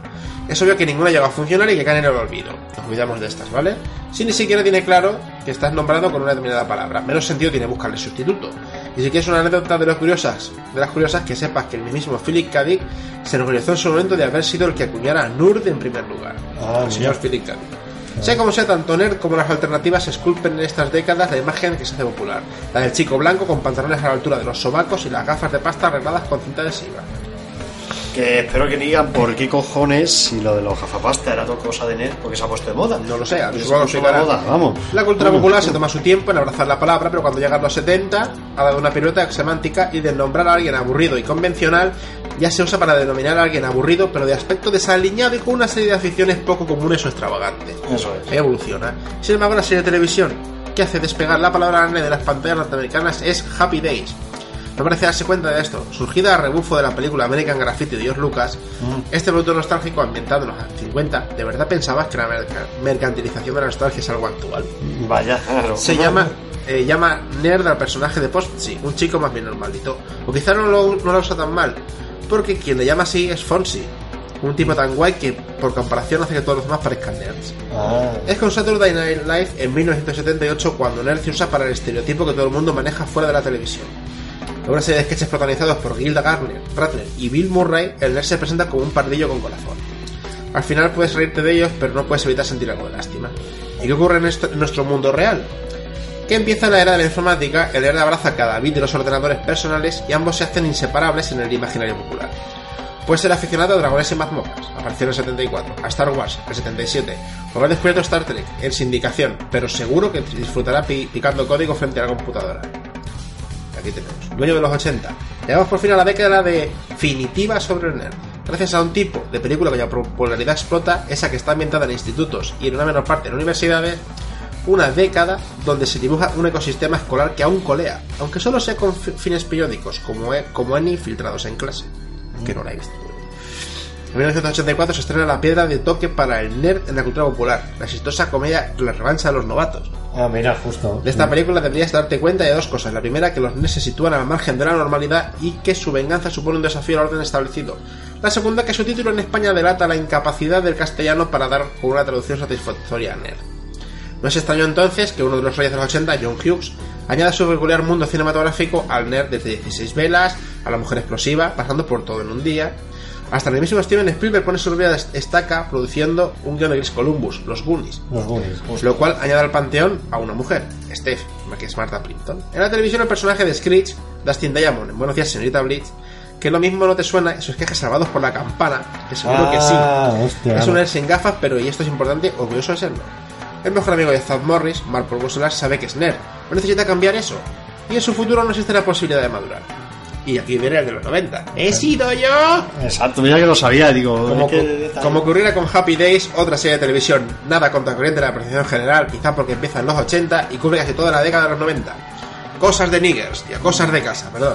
[SPEAKER 6] Es obvio que ninguna llega a funcionar y que caen en el olvido. Nos cuidamos de estas, ¿vale? Si ni siquiera tiene claro que estás nombrado con una determinada palabra, menos sentido tiene buscarle sustituto. Y si quieres una anécdota de las curiosas, de las curiosas que sepas que el mismo Philip K. Dick se enorgulleció en su momento de haber sido el que acuñara a Nurd en primer lugar.
[SPEAKER 1] Ah,
[SPEAKER 6] el señor
[SPEAKER 1] mira.
[SPEAKER 6] Philip K. Dick. Sea como sea, tanto Nerd como las alternativas esculpen en estas décadas la imagen que se hace popular. La del chico blanco con pantalones a la altura de los sobacos y las gafas de pasta arregladas con cinta adhesiva.
[SPEAKER 5] Que espero que digan por qué cojones si lo de los gafapasta era todo cosa de nerd porque se ha puesto de moda.
[SPEAKER 6] No lo sé, a
[SPEAKER 5] Porque
[SPEAKER 6] mí
[SPEAKER 5] se
[SPEAKER 6] supongo
[SPEAKER 5] puso
[SPEAKER 6] que
[SPEAKER 5] de
[SPEAKER 6] era-
[SPEAKER 5] moda, vamos.
[SPEAKER 6] La cultura
[SPEAKER 5] Mm.
[SPEAKER 6] popular se toma su tiempo en abrazar la palabra, pero cuando llegan los 70 ha dado una pirueta semántica y de nombrar a alguien aburrido y convencional ya se usa para denominar a alguien aburrido, pero de aspecto desaliñado y con una serie de aficiones poco comunes o extravagantes.
[SPEAKER 1] Eso es.
[SPEAKER 6] Ahí evoluciona. Sin embargo, la serie de televisión que hace despegar la palabra N de las pantallas norteamericanas es Happy Days. No parece darse cuenta de esto. Surgida a rebufo de la película American Graffiti de George Lucas, este producto nostálgico ambientado en los años 50, ¿de verdad pensabas que la merca- mercantilización de la nostalgia es algo actual?
[SPEAKER 1] Vaya, claro.
[SPEAKER 6] Se llama, eh, llama nerd al personaje de Postsy, un chico más bien normalito. O quizá no lo, no lo usa tan mal, porque quien le llama así es Fonsi, un tipo tan guay que por comparación hace que todos los demás parezcan nerds.
[SPEAKER 1] Ah,
[SPEAKER 6] Es con Saturday Night Live en 1978 cuando Nerd se usa para el estereotipo que todo el mundo maneja fuera de la televisión. En una serie de sketches protagonizados por Gilda Garner, Rattler y Bill Murray, el Nerd se presenta como un pardillo con corazón. Al final puedes reírte de ellos, pero no puedes evitar sentir algo de lástima. ¿Y qué ocurre en, esto- en nuestro mundo real? Que empieza la era de la informática, el nerd abraza cada bit de los ordenadores personales y ambos se hacen inseparables en el imaginario popular. Puedes ser aficionado a Dragones y Mazmorras, apareció en el 74, a Star Wars, en el 77, o haber descubierto Star Trek, en sindicación, pero seguro que disfrutará pi- picando código frente a la computadora. Aquí tenemos, dueño de los 80. Llegamos por fin a la década definitiva sobre el nerd. Gracias a un tipo de película cuya popularidad explota, esa que está ambientada en institutos y en una menor parte en universidades, una década donde se dibuja un ecosistema escolar que aún colea, aunque solo sea con fi- fines periódicos, como, e- como en infiltrados en clase, que no la he visto. En 1984 se estrena La Piedra de Toque para el Nerd en la cultura popular, la exitosa comedia La revancha de los novatos.
[SPEAKER 7] Ah, mira, justo.
[SPEAKER 6] De esta película deberías darte cuenta de dos cosas. La primera, que los nerds se sitúan al margen de la normalidad y que su venganza supone un desafío al orden establecido. La segunda, que su título en España delata la incapacidad del castellano para dar con una traducción satisfactoria a nerd. No es extraño entonces que uno de los reyes de los 80, John Hughes, añada su peculiar mundo cinematográfico al nerd desde 16 velas, a la mujer explosiva, pasando por todo en un día. Hasta el mismo Steven Spielberg pone su vida estaca produciendo un guion de Chris Columbus, Los Goonies,
[SPEAKER 7] Los Goonies. pues.
[SPEAKER 6] lo cual añade al panteón a una mujer, Steph, que es Martha Plimpton. En la televisión el personaje de Screech, Dustin Diamond, en Buenos días, señorita Blitz, que lo mismo no te suena, esos quejas salvados por la campana, que seguro que
[SPEAKER 7] Ah,
[SPEAKER 6] sí.
[SPEAKER 7] hostia.
[SPEAKER 6] es un nerd sin gafas, pero, y esto es importante, orgulloso de serlo. El mejor amigo de Zad Morris, Marple Busolar, sabe que es nerd, pero necesita cambiar eso. Y en su futuro no existe la posibilidad de madurar. Y aquí viene el de los 90. ¡He sido yo!
[SPEAKER 5] Exacto, mira que lo sabía, digo.
[SPEAKER 6] Como,
[SPEAKER 5] Pues es que-
[SPEAKER 6] ocu- como ocurriera con Happy Days, otra serie de televisión, nada contracorriente de la apreciación general, quizá porque empieza en los 80 y cubre casi toda la década de los 90. Cosas de niggers, tío, cosas de casa, perdón.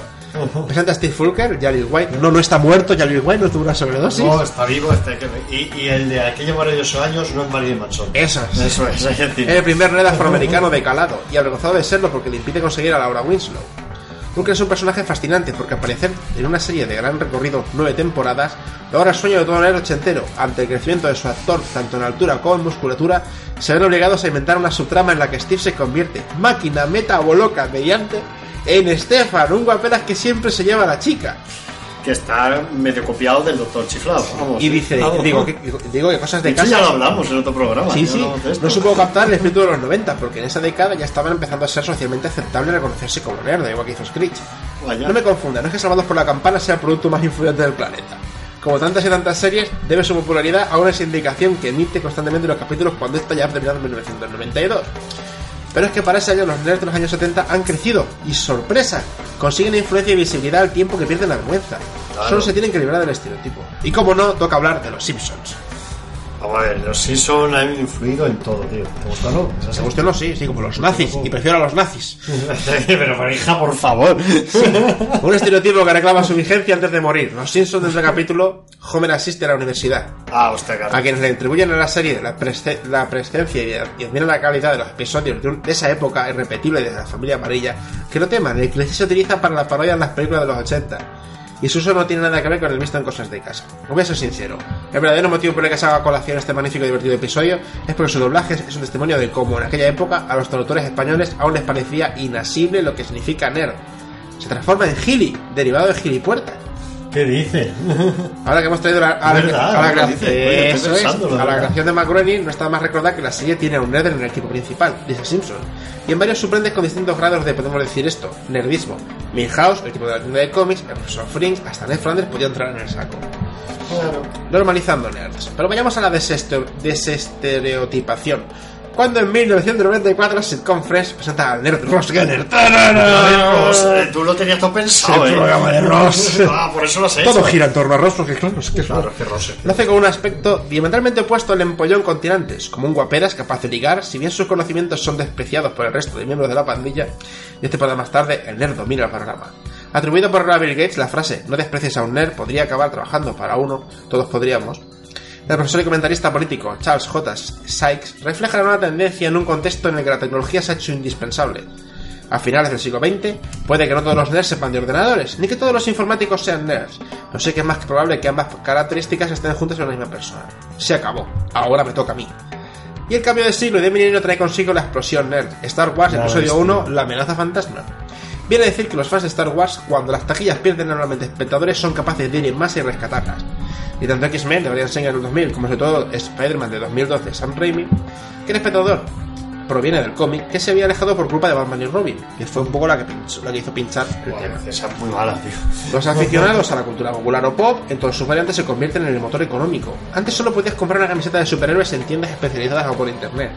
[SPEAKER 5] Oh.
[SPEAKER 6] Presenta a Steve Fulker, Jalil White. No, no está muerto, Jalil White, no tuvo una sobredosis.
[SPEAKER 5] No, está vivo este. que- Y, y el de aquellos maravillosos años no es Marilyn Manson.
[SPEAKER 6] Eso es.
[SPEAKER 5] Eso es, Eh, es
[SPEAKER 6] Es el
[SPEAKER 5] decir.
[SPEAKER 6] primer nerd afroamericano de calado y avergonzado de serlo porque le impide conseguir a Laura Winslow. Fulker es un personaje fascinante porque al parecer en una serie de gran recorrido, nueve temporadas, logra el sueño de todo nerd ochentero. Ante el crecimiento de su actor, tanto en altura como en musculatura, se ven obligados a inventar una subtrama en la que Steve se convierte, máquina, meta o loca, mediante, en Stefan, un guaperas que siempre se lleva a la chica.
[SPEAKER 5] Que está medio copiado del Doctor Chiflado. Vamos,
[SPEAKER 6] Y dice,
[SPEAKER 5] Vamos.
[SPEAKER 6] digo, que, digo que cosas
[SPEAKER 5] De
[SPEAKER 6] de
[SPEAKER 5] hecho,
[SPEAKER 6] casa...
[SPEAKER 5] ya lo hablamos en otro programa.
[SPEAKER 6] Sí,
[SPEAKER 5] ya
[SPEAKER 6] sí,
[SPEAKER 5] hablamos de esto.
[SPEAKER 6] no supo captar el espíritu de los 90, porque en esa década ya estaban empezando a ser socialmente aceptable reconocerse como nerd, igual que hizo Screech.
[SPEAKER 5] Vaya.
[SPEAKER 6] No me confunda, no es que Salvados por la Campana sea el producto más influyente del planeta. Como tantas y tantas series, debe su popularidad a una sindicación que emite constantemente los capítulos cuando esta ya ha terminado en 1992. Pero es que para ese año los nerds de los años 70 han crecido y, sorpresa, consiguen influencia y visibilidad al tiempo que pierden la vergüenza. Solo se tienen que librar del estereotipo. Y como no, toca hablar de los Simpsons.
[SPEAKER 5] Vamos a ver, los Simpson han influido en todo, tío. ¿Te gusta o no?
[SPEAKER 6] Se gustó no, sí, sí, como los nazis. Y prefiero a los nazis.
[SPEAKER 5] Pero, pero, hija, por favor.
[SPEAKER 6] Un estereotipo que reclama su vigencia antes de morir. Los Simpsons del capítulo, Homer asiste a la universidad.
[SPEAKER 5] Ah, hostia, cara.
[SPEAKER 6] A quienes le atribuyen a la serie la, presce- la presencia y, y admiran la calidad de los episodios de, un- de esa época irrepetible de la familia amarilla, que no teman, el cliché se utiliza para la parodia en las películas de los 80. Y su uso no tiene nada que ver con el visto en cosas de casa. Voy a ser sincero. El verdadero motivo por el que se haga colación este magnífico y divertido episodio es porque su doblaje es es un testimonio de cómo en aquella época a los traductores españoles aún les parecía inasible lo que significa nerd. Se transforma en gili, derivado de gilipuerta.
[SPEAKER 7] ¿Qué dices?
[SPEAKER 6] Ahora que hemos traído la, a la,
[SPEAKER 5] Verdad,
[SPEAKER 6] a la,
[SPEAKER 5] lo que dices, coño, estoy
[SPEAKER 6] eso es,
[SPEAKER 5] pensándolo,
[SPEAKER 6] a la
[SPEAKER 5] verdad.
[SPEAKER 6] creación de McGroening no está más recordar que la serie tiene a un nerd en el equipo principal, dice Simpson. Y en varios sorprendes con distintos grados de, podemos decir esto, nerdismo. Milhouse, el tipo de la tienda de cómics, el profesor Frings, hasta Ned Flanders podía entrar en el saco. Normalizando nerds. Pero vayamos a la desestero- desestereotipación. Cuando en 1994 Sitcom Fresh presenta al nerd Ross Geller.
[SPEAKER 5] Joder, Ross, eh, tú lo tenías todo pensado,
[SPEAKER 6] Ah. El
[SPEAKER 5] eh.
[SPEAKER 6] programa de Ross.
[SPEAKER 5] Ah, por eso lo has hecho.
[SPEAKER 6] Todo gira en torno a Ross, porque claro, es que es
[SPEAKER 5] Claro, es que Ross. es-
[SPEAKER 6] Lo hace con un aspecto diametralmente opuesto al empollón con tirantes, como un guaperas capaz de ligar, si bien sus conocimientos son despreciados por el resto de miembros de la pandilla, y este para más tarde, el nerd domina el panorama. Atribuido por Bill Gates, la frase, no desprecies a un nerd, podría acabar trabajando para uno, todos podríamos. El profesor y comentarista político Charles J. Sykes refleja una tendencia en un contexto en el que la tecnología se ha hecho indispensable. A finales del siglo XX, puede que no todos los nerds sepan de ordenadores, ni que todos los informáticos sean nerds. No sé que es más probable que ambas características estén juntas en una misma persona. Se acabó. Ahora me toca a mí. Y el cambio de siglo y de milenio trae consigo la explosión nerd. Star Wars, episodio 1, la amenaza fantasma. Viene a decir que los fans de Star Wars, cuando las taquillas pierden normalmente espectadores, son capaces de ir en masa y rescatarlas. Y tanto X-Men de Brian Singer en el 2000, como sobre todo Spider-Man de 2012 Sam Raimi, que el espectador proviene del cómic, que se había alejado por culpa de Batman y Robin, que fue un poco la que, pinchó- la que hizo pinchar el tema.
[SPEAKER 5] Esa es muy mala, tío.
[SPEAKER 6] Los aficionados a la cultura popular o pop, en todas sus variantes, se convierten en el motor económico. Antes solo podías comprar una camiseta de superhéroes en tiendas especializadas o por internet.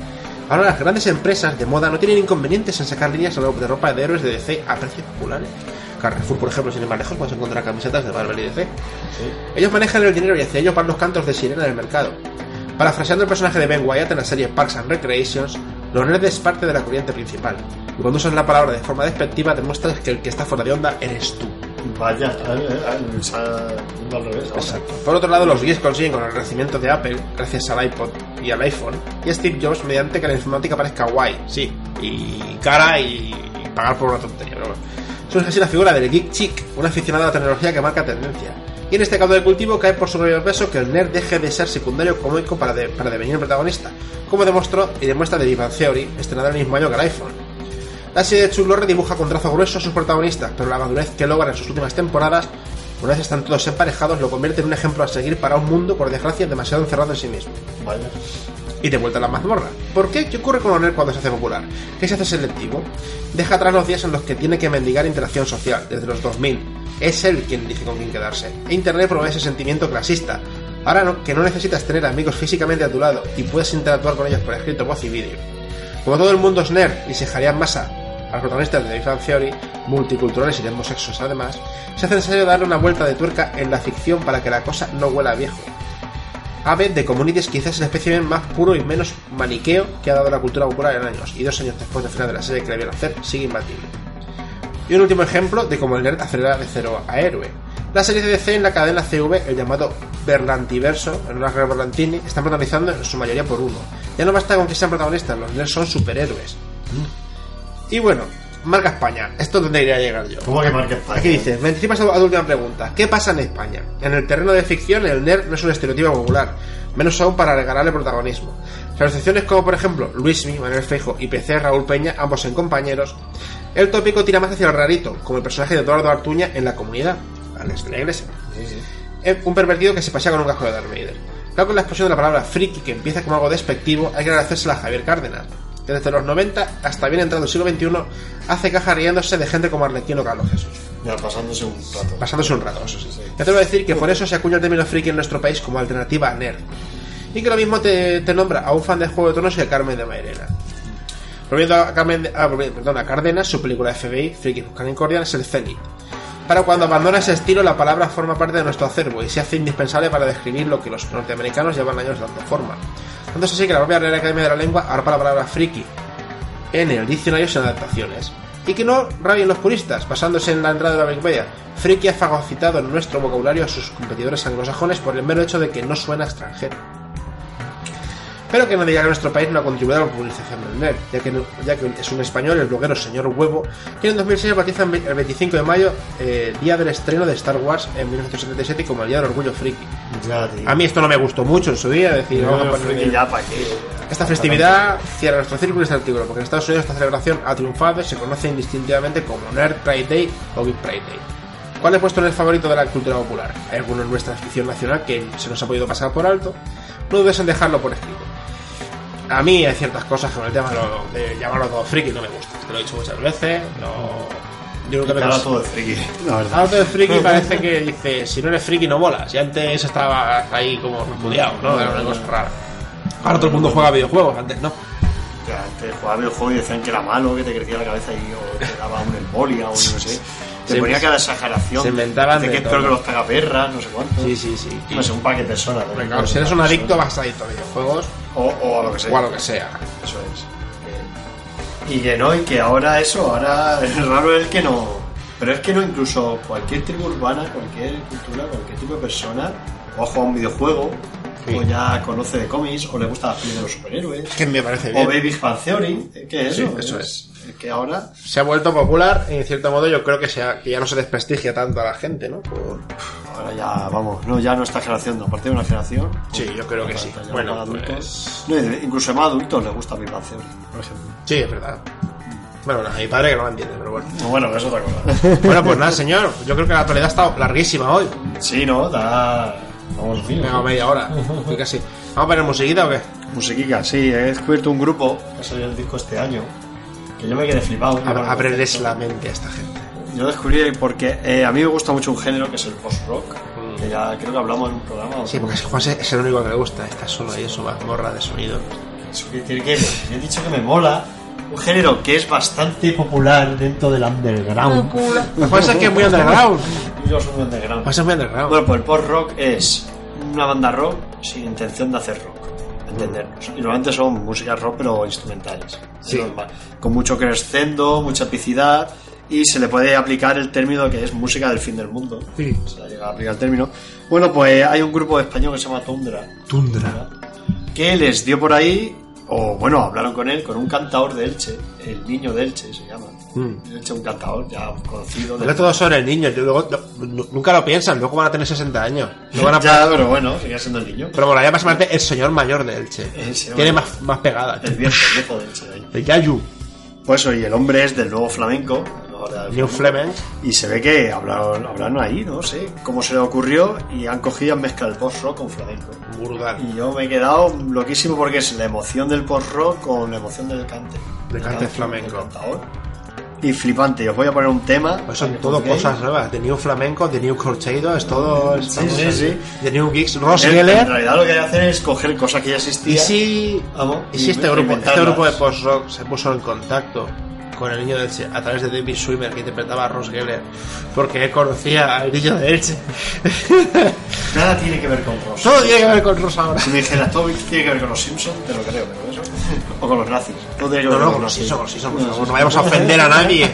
[SPEAKER 6] Ahora las grandes empresas de moda no tienen inconvenientes en sacar líneas de ropa de héroes de DC a precios populares. Carrefour, por ejemplo, sin ir más lejos, puedes encontrar camisetas de Marvel y DC. Ellos manejan el dinero y hacia ellos van los cantos de sirena del mercado. Parafraseando el personaje de Ben Wyatt en la serie Parks and Recreations, los nerds es parte de la corriente principal. Y cuando usas la palabra de forma despectiva, demuestras que el que está fuera de onda eres tú.
[SPEAKER 8] Vaya, se ha ido al revés. ahora.
[SPEAKER 6] Exacto. Por otro lado, los geeks consiguen con el crecimiento de Apple, gracias al iPod y al iPhone, y a Steve Jobs mediante que la informática parezca guay, sí, y cara y, y pagar por una tontería. ¿no? Surge así la figura del geek chic, un aficionado a la tecnología que marca tendencia. Y en este caldo de cultivo cae por su propio peso que el nerd deje de ser secundario cómico para, de- para devenir el protagonista, como demostró y demuestra The Big Bang Theory, estrenada el mismo año que el iPhone. La serie de Chuck Lorre dibuja con trazo grueso a sus protagonistas, pero la madurez que logran en sus últimas temporadas, una vez están todos emparejados, lo convierte en un ejemplo a seguir para un mundo, por desgracia, demasiado encerrado en sí mismo.
[SPEAKER 8] Vaya.
[SPEAKER 6] Y de vuelta a la mazmorra. ¿Por qué? ¿Qué ocurre con O'Neill cuando se hace popular? ¿Qué se hace selectivo? Deja atrás los días en los que tiene que mendigar interacción social, desde los 2000. Es él quien elige con quién quedarse. E Internet provee ese sentimiento clasista. Ahora no, que no necesitas tener amigos físicamente a tu lado y puedes interactuar con ellos por escrito, voz y vídeo. Como todo el mundo es nerd y se jalea en masa a los protagonistas de The Big Bang Theory, multiculturales y de ambos sexos además, se hace necesario darle una vuelta de tuerca en la ficción para que la cosa no huela a viejo. Ave de Communities quizás es el espécimen más puro y menos maniqueo que ha dado la cultura popular en años, y dos años después del final de la serie que le vieron hacer, sigue imbatible. Y un último ejemplo de cómo el nerd acelera de cero a héroe. La serie de DC en la cadena CV, el llamado Berlantiverso, en una guerra Berlantini, están protagonizando en su mayoría por uno. Ya no basta con que sean protagonistas, los nerds son superhéroes. Mm. Y bueno, marca España. Esto es donde iría a llegar yo.
[SPEAKER 8] ¿Cómo que marca España?
[SPEAKER 6] Aquí dice, me anticipas a la última pregunta. ¿Qué pasa en España? En el terreno de ficción, el nerd no es un estereotipo popular, menos aún para regalarle protagonismo. Las excepciones como, por ejemplo, Luismi, Manuel Feijo y PC Raúl Peña, ambos en compañeros, el tópico tira más hacia el rarito, como el personaje de Eduardo Artuña en La Comunidad, Alex de la Iglesia. Eh, Un pervertido que se pasea con un casco de Darth Vader. Claro que la expresión de la palabra friki, que empieza como algo despectivo, hay que agradecérsela a Javier Cárdenas, que desde los 90 hasta bien entrado el siglo XXI hace caja riéndose de gente como Arlequín o Carlos Jesús
[SPEAKER 8] Ya, pasándose un rato.
[SPEAKER 6] pasándose un rato. Eso sí. Yo te voy a decir que por eso se acuña el término friki en nuestro país como alternativa a nerd. Y que lo mismo te, te nombra a un fan de Juego de Tronos que a Carmen de Mairena. Volviendo a, Carmen de- ah, volviendo, perdón, a Cárdenas, su película FBI, Friki Buscan Incordia, es el Zenith. Para cuando abandona ese estilo, la palabra forma parte de nuestro acervo y se hace indispensable para describir lo que los norteamericanos llevan años dando forma. Tanto es así que la propia Real Academia de la Lengua arpa la palabra friki en el diccionario sin adaptaciones. Y que no rabien los puristas, basándose en la entrada de la Wikipedia. Friki ha fagocitado en nuestro vocabulario a sus competidores anglosajones por el mero hecho de que no suena extranjero. Pero que no diga que nuestro país no ha contribuido a la publicación del NER, ya que, no- ya que es un español, el bloguero señor Huevo, quien en 2006 batiza el 25 de mayo, eh, día del estreno de Star Wars en 1977 como el Día del Orgullo Friki.
[SPEAKER 8] Ya, tío.
[SPEAKER 6] A mí esto no me gustó mucho en su día, es decir, vamos a poner-
[SPEAKER 8] Friki, ya, ¿pa' qué?
[SPEAKER 6] esta festividad cierra nuestro círculo en este artículo, porque en Estados Unidos esta celebración ha triunfado y se conoce indistintivamente como Nerd Pride Day o Geek Pride Day. ¿Cuál es vuestro nerd favorito de la cultura popular? Hay alguno en nuestra afición nacional que se nos ha podido pasar por alto. No dudes en dejarlo por escrito. A mí hay ciertas cosas con el tema de, lo- de llamarlo todo friki no me gusta. Te lo he dicho muchas veces, no... Yo creo que
[SPEAKER 8] Cara
[SPEAKER 6] no-
[SPEAKER 8] todo de friki.
[SPEAKER 5] La verdad.
[SPEAKER 6] Ahora todo el friki parece que dice, si no eres friki no molas. Y antes estaba ahí como repudiado, ¿no? Era una cosa rara. Ahora todo el mundo juega videojuegos, antes no.
[SPEAKER 8] Que antes jugaba videojuegos y decían que era malo, que te crecía la cabeza y o te daba una embolia o no sé. Te
[SPEAKER 6] Se-
[SPEAKER 8] ponía cada exageración.
[SPEAKER 6] se inventaban
[SPEAKER 8] Dice
[SPEAKER 6] de
[SPEAKER 8] que es peor
[SPEAKER 6] todo.
[SPEAKER 8] que los cagaperras, no sé cuánto.
[SPEAKER 6] Sí, sí, sí.
[SPEAKER 8] No sé, un paquete de personas. ¿no?
[SPEAKER 6] Porque, claro, si eres un adicto vas a ir a videojuegos
[SPEAKER 8] O, o a lo que sea.
[SPEAKER 6] o a lo que sea.
[SPEAKER 8] Eso es. Que- Y que no, y que ahora eso, ahora es raro el que no. Pero es que no, incluso cualquier tribu urbana, cualquier cultura, cualquier tipo de persona, o ha jugado a un videojuego,
[SPEAKER 6] Sí.
[SPEAKER 8] o ya conoce de cómics, o le gusta la peli de los superhéroes,
[SPEAKER 6] Que me parece
[SPEAKER 8] o
[SPEAKER 6] bien.
[SPEAKER 8] Baby Fan Theory, eh, que es
[SPEAKER 6] Sí,
[SPEAKER 8] eso,
[SPEAKER 6] eso
[SPEAKER 8] Que ahora.
[SPEAKER 6] Se ha vuelto popular y en cierto modo yo creo que, sea, que ya no se desprestigia tanto a la gente, ¿no? Por-
[SPEAKER 8] Ahora ya, vamos, no, ya no está generación, no, aparte de una generación.
[SPEAKER 6] Sí, yo creo que
[SPEAKER 8] Ya
[SPEAKER 6] sí.
[SPEAKER 8] está, ya
[SPEAKER 6] Bueno,
[SPEAKER 8] para adultos.
[SPEAKER 6] pues-
[SPEAKER 8] No, y- incluso más adultos les gusta Big Bang Theory, por ejemplo.
[SPEAKER 6] Sí, es verdad. Bueno, nada, mi padre que no lo entiende, pero bueno.
[SPEAKER 8] Bueno, es otra cosa.
[SPEAKER 6] Bueno, pues nada, señor. Yo creo que la actualidad ha estado larguísima hoy.
[SPEAKER 8] sí, no, da. Vamos, bien.
[SPEAKER 6] Venga, media hora. Fui casi. ¿Vamos a poner musiquita o qué?
[SPEAKER 9] Musiquica, sí, he descubierto un grupo.
[SPEAKER 5] Ha salido el disco este año. Que yo me quedé flipado.
[SPEAKER 6] Ab- Abreles la mente a esta gente.
[SPEAKER 5] Yo descubrí porque eh, a mí me gusta mucho un género que es el post-rock. Que ya creo que hablamos en un programa. o
[SPEAKER 6] Sí, porque Juan es- es el único que le gusta. Está solo ahí en su mazmorra de sonido.
[SPEAKER 5] Eso quiere decir que yo he dicho que me mola. Un género que es bastante popular dentro del
[SPEAKER 10] Ah,
[SPEAKER 5] underground.
[SPEAKER 10] pues.
[SPEAKER 6] Juan es que es muy underground.
[SPEAKER 5] Yo soy un underground.
[SPEAKER 6] Juan es muy underground.
[SPEAKER 5] Bueno, pues el post-rock es una banda rock sin intención de hacer rock. Entendernos. Y normalmente son músicas rock, pero instrumentales. Es
[SPEAKER 6] Sí.
[SPEAKER 5] normal. Con mucho crescendo, mucha epicidad. Y se le puede aplicar el término que es música del fin del mundo.
[SPEAKER 6] Sí.
[SPEAKER 5] Se le llega a aplicar el término. Bueno, pues hay un grupo español que se llama Tundra.
[SPEAKER 6] Tundra.
[SPEAKER 5] Que les dio por ahí, o bueno, hablaron con él, con un cantador de Elche. El niño de Elche se llama.
[SPEAKER 6] Mm.
[SPEAKER 5] Elche, un cantador ya conocido.
[SPEAKER 6] Porque todo sobre el niño. Luego, no- nunca lo piensan. Luego van a tener 60 años. Luego van a...
[SPEAKER 5] Ya, pero bueno, seguía siendo el niño.
[SPEAKER 6] Pero molaría más llamarte el señor mayor de Elche.
[SPEAKER 5] El señor
[SPEAKER 6] Tiene
[SPEAKER 5] mayor.
[SPEAKER 6] más, más pegada.
[SPEAKER 5] El viejo, el viejo de Elche. ahí.
[SPEAKER 6] El Yayu.
[SPEAKER 5] Pues eso, y el hombre es del nuevo flamenco. ¿no? Ahora el
[SPEAKER 6] New
[SPEAKER 5] flamenco.
[SPEAKER 6] Fleming.
[SPEAKER 5] Y se ve que hablaron, hablaron ahí, no sé cómo se le ocurrió, y han cogido y han mezclado el post-rock con flamenco.
[SPEAKER 6] Burgal.
[SPEAKER 5] Y yo me he quedado loquísimo porque es la emoción del post-rock con la emoción del cante.
[SPEAKER 6] Del
[SPEAKER 5] Del
[SPEAKER 6] cante
[SPEAKER 5] del
[SPEAKER 6] flamenco.
[SPEAKER 5] cantador. Y flipante, os voy a poner un tema.
[SPEAKER 6] Pues son todo
[SPEAKER 5] Ok.
[SPEAKER 6] cosas nuevas. De New Flamenco, de New Corchado, es todo. es
[SPEAKER 5] Sí,
[SPEAKER 6] todo
[SPEAKER 5] sí,
[SPEAKER 6] así.
[SPEAKER 5] sí.
[SPEAKER 6] De New Geeks, Ross
[SPEAKER 5] En, en
[SPEAKER 6] Geller.
[SPEAKER 5] realidad lo que hay que hacer es coger cosas que ya
[SPEAKER 6] Y
[SPEAKER 5] existían.
[SPEAKER 6] si,
[SPEAKER 5] Vamos,
[SPEAKER 6] y si este
[SPEAKER 5] y
[SPEAKER 6] grupo, este
[SPEAKER 5] inventarlas.
[SPEAKER 6] grupo de post-rock se puso en contacto con el niño de Elche a través de David Swimmer que interpretaba a Ross Geller, porque él conocía al niño de Elche.
[SPEAKER 5] Nada tiene que ver con Ross.
[SPEAKER 6] Todo tiene que ver con Ross ahora.
[SPEAKER 5] Si me dijeras, todo tiene que ver con los Simpsons, te lo creo, pero eso. o con los nazis. Todo tiene que
[SPEAKER 6] No,
[SPEAKER 5] ver
[SPEAKER 6] no,
[SPEAKER 5] con
[SPEAKER 6] con
[SPEAKER 5] los
[SPEAKER 6] los Simpsons, con los Simpsons, por
[SPEAKER 5] No,
[SPEAKER 6] favor, no vayamos a ofender a nadie.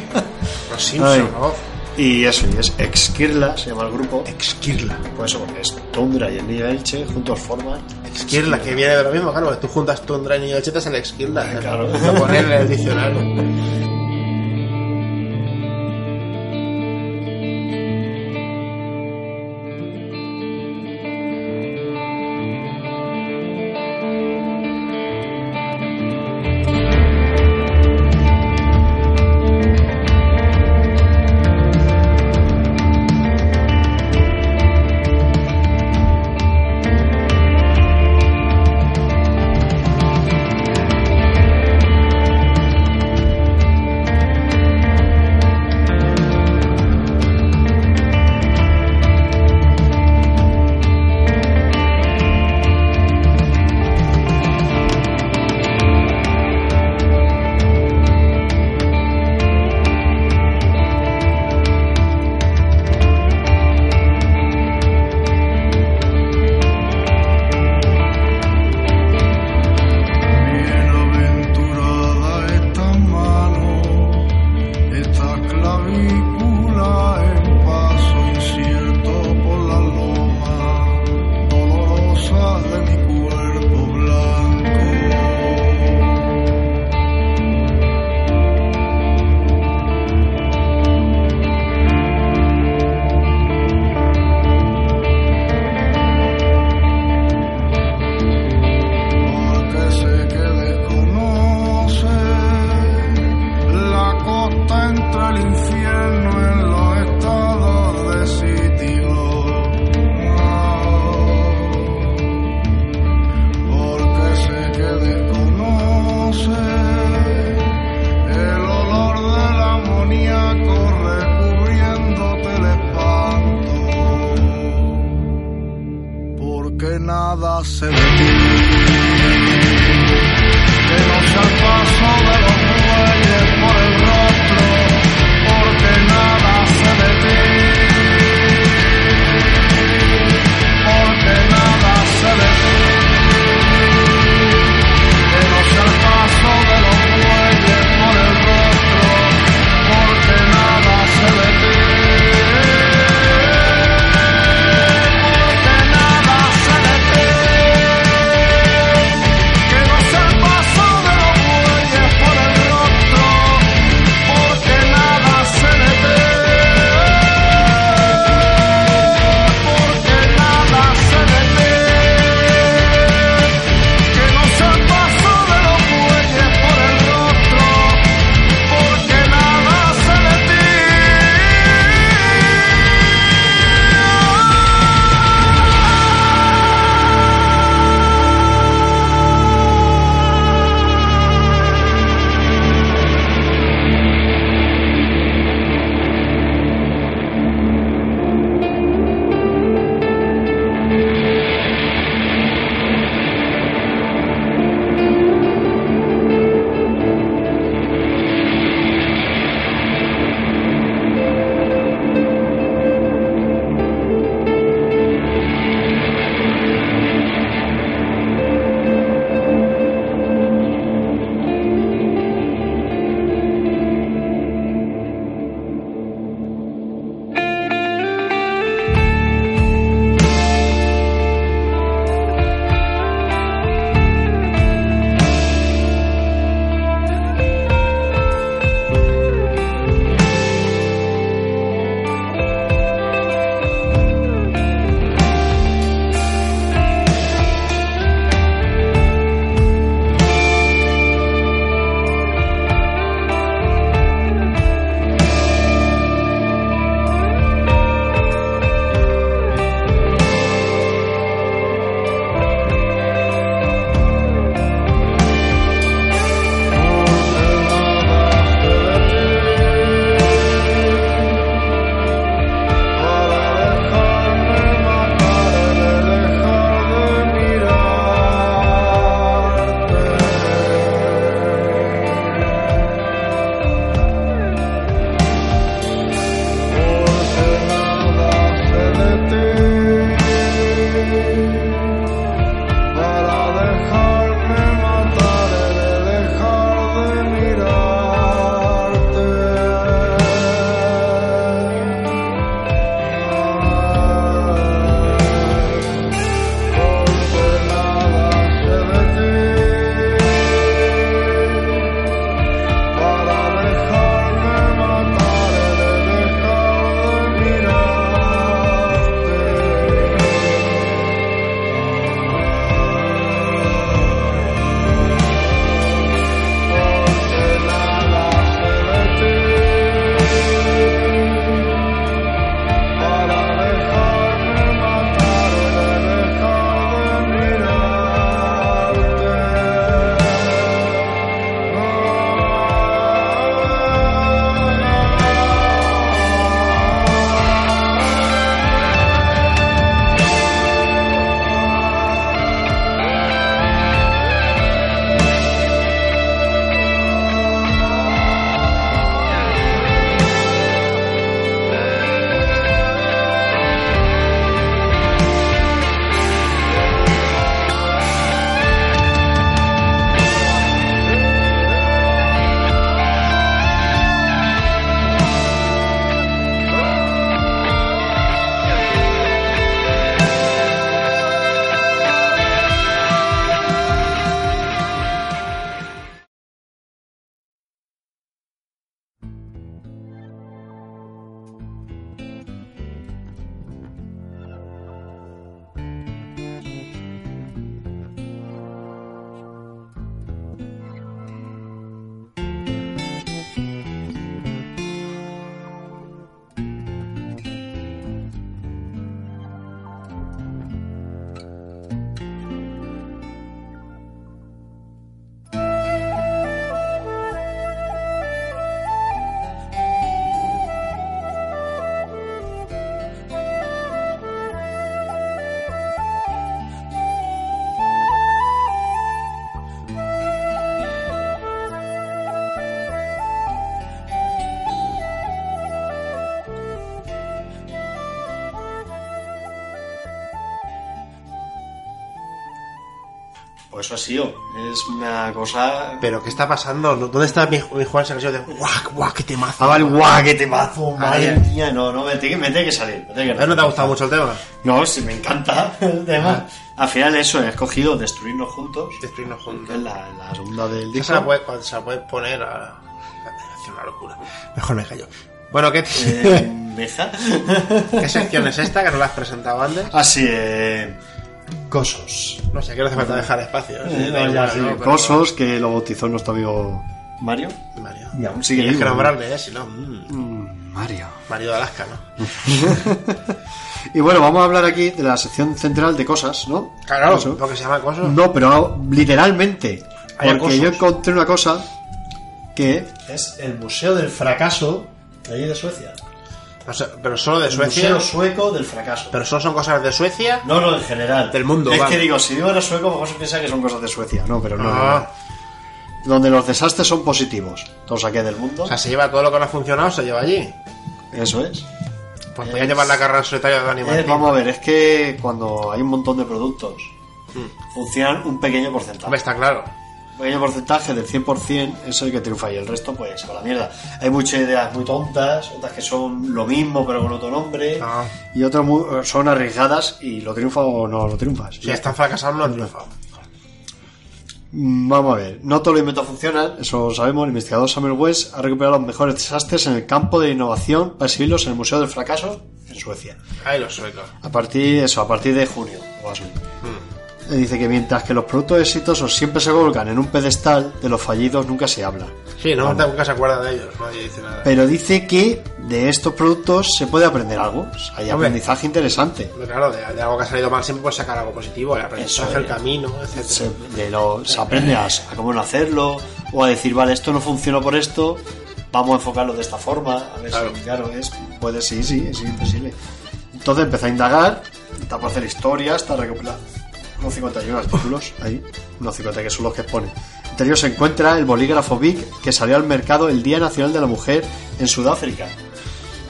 [SPEAKER 6] Los Simpsons,
[SPEAKER 5] Ay.
[SPEAKER 6] por favor.
[SPEAKER 5] Y eso, y es Exquirla, se llama el grupo.
[SPEAKER 6] Exquirla.
[SPEAKER 5] Pues eso, porque es Tundra y el Niño Elche juntos forman.
[SPEAKER 6] Exquirla, que viene de lo mismo, claro, porque tú juntas Tundra y niño de Elche, te sale Exquirla.
[SPEAKER 5] Claro.
[SPEAKER 6] Lo ponen en el diccionario.
[SPEAKER 11] Bienaventurada esta mano, esta clavícula en paso incierto por la loma, dolorosa de mi cuerpo blanco. Porque sé que desconoce la costa entre el infierno en los estados de sitio. Porque sé que desconoce el olor del amoníaco recubriéndote el espanto. Porque nada se ve que no sea el paso de los bueyes por el rostro, porque nada se detiene, porque nada se detiene. Que no sea el paso de los bueyes por el rostro, porque nada se detiene, porque nada se detiene.
[SPEAKER 8] Pues eso ha sido. Es una cosa.
[SPEAKER 6] Pero ¿qué está pasando? ¿No- ¿Dónde está mi, mi Juan Sergio de guau, guau, qué temazo?
[SPEAKER 5] Ah, vale, guau, qué temazo,
[SPEAKER 6] Ah,
[SPEAKER 8] Madre
[SPEAKER 5] madre.
[SPEAKER 8] mía, no, no, me tiene, me tiene que salir. me tiene que
[SPEAKER 6] ¿A ver, no te ha gustado mucho el tema?
[SPEAKER 8] No, sí, me encanta el tema.
[SPEAKER 6] Ah.
[SPEAKER 8] Al final, eso, he escogido Destruirnos Juntos,
[SPEAKER 6] Destruirnos
[SPEAKER 8] que es la, la segunda del
[SPEAKER 6] Se la
[SPEAKER 8] disco.
[SPEAKER 6] puedes se la puedes poner a... Es una locura. Mejor me callo. Bueno, ¿qué,
[SPEAKER 8] Eh, ¿Deja?
[SPEAKER 6] ¿qué sección es esta que no la has presentado antes?
[SPEAKER 8] Así, eh,
[SPEAKER 5] Cosos.
[SPEAKER 6] No sé, que no hace falta dejar espacio. ¿eh?
[SPEAKER 8] Eh,
[SPEAKER 6] Da
[SPEAKER 8] no,
[SPEAKER 6] igual,
[SPEAKER 8] ya, sí,
[SPEAKER 6] ¿no? Pero-
[SPEAKER 5] Cosos que lo bautizó nuestro amigo
[SPEAKER 8] Mario.
[SPEAKER 6] Mario.
[SPEAKER 8] Y aún sigue
[SPEAKER 6] Tienes que
[SPEAKER 8] vivo.
[SPEAKER 6] nombrarle, ¿eh? Si no... mm,
[SPEAKER 5] Mario.
[SPEAKER 6] Mario de Alaska, ¿no?
[SPEAKER 5] Y bueno, vamos a hablar aquí de la sección central de cosas, ¿no?
[SPEAKER 6] Claro,
[SPEAKER 5] Eso.
[SPEAKER 6] porque se llama Coso.
[SPEAKER 5] No, pero literalmente.
[SPEAKER 6] Hay
[SPEAKER 5] Porque yo
[SPEAKER 6] acosos.
[SPEAKER 5] encontré una cosa que
[SPEAKER 1] Es el Museo del Fracaso de allí de Suecia.
[SPEAKER 6] O sea, pero solo de
[SPEAKER 8] El
[SPEAKER 6] Suecia.
[SPEAKER 8] Museo sueco del fracaso.
[SPEAKER 6] Pero solo son cosas de Suecia.
[SPEAKER 8] No, no, en general.
[SPEAKER 6] Del mundo,
[SPEAKER 8] Es
[SPEAKER 6] vale.
[SPEAKER 8] que digo, si digo era sueco, a lo mejor se piensa que son cosas de Suecia. No, pero no. no, no.
[SPEAKER 6] Ah,
[SPEAKER 5] donde los desastres son positivos.
[SPEAKER 8] Lo saqué del mundo.
[SPEAKER 6] o sea, se lleva todo lo que no ha funcionado, se lleva allí.
[SPEAKER 8] Eso es.
[SPEAKER 6] Pues
[SPEAKER 8] Es-
[SPEAKER 6] voy a llevar la carrera solitaria de Dani
[SPEAKER 8] Eh,
[SPEAKER 6] Martín.
[SPEAKER 8] vamos a ver, es que cuando hay un montón de productos, funcionan un pequeño porcentaje.
[SPEAKER 6] Hombre, está claro.
[SPEAKER 8] Un pequeño porcentaje del 100% es el que triunfa y el resto, pues, a la mierda. Hay muchas ideas muy tontas, otras que son lo mismo pero con otro nombre.
[SPEAKER 6] No.
[SPEAKER 5] Y otras mu- son arriesgadas y lo triunfa o no lo triunfas.
[SPEAKER 6] Si están fracasados, no han triunfado.
[SPEAKER 5] Mm, Vamos a ver, no todo lo inventó
[SPEAKER 8] No funcionan.
[SPEAKER 5] Eso lo sabemos, el investigador Samuel West ha recuperado los mejores desastres en el campo de innovación para exhibirlos en el Museo del Fracaso en Suecia.
[SPEAKER 6] Ahí los suecos.
[SPEAKER 5] A partir, eso, a partir de junio o así. Eh, Dice que mientras que los productos exitosos siempre se colgan en un pedestal, de los fallidos nunca se habla.
[SPEAKER 6] Sí, no, nunca se acuerda de ellos. Nadie dice nada.
[SPEAKER 5] Pero dice que de estos productos se puede aprender algo. Hay
[SPEAKER 6] Hombre.
[SPEAKER 5] aprendizaje interesante.
[SPEAKER 6] Pero Claro, de, de algo que ha salido mal siempre puedes sacar algo positivo. El aprendizaje,
[SPEAKER 8] Eso
[SPEAKER 6] el
[SPEAKER 8] es.
[SPEAKER 6] camino, etc.
[SPEAKER 8] se, de lo- se aprende a, a cómo no hacerlo o a decir, vale, esto no funcionó por esto, vamos a enfocarlo de esta forma, a ver
[SPEAKER 6] Claro.
[SPEAKER 8] si, claro, es,
[SPEAKER 5] Puede, sí, sí, es imposible. Entonces empezó a indagar, está por hacer historias, está recopilando unos 51 artículos, ahí, unos 50 que son los que expone. Entre ellos se encuentra el bolígrafo Big que salió al mercado el Día Nacional de la Mujer en Sudáfrica.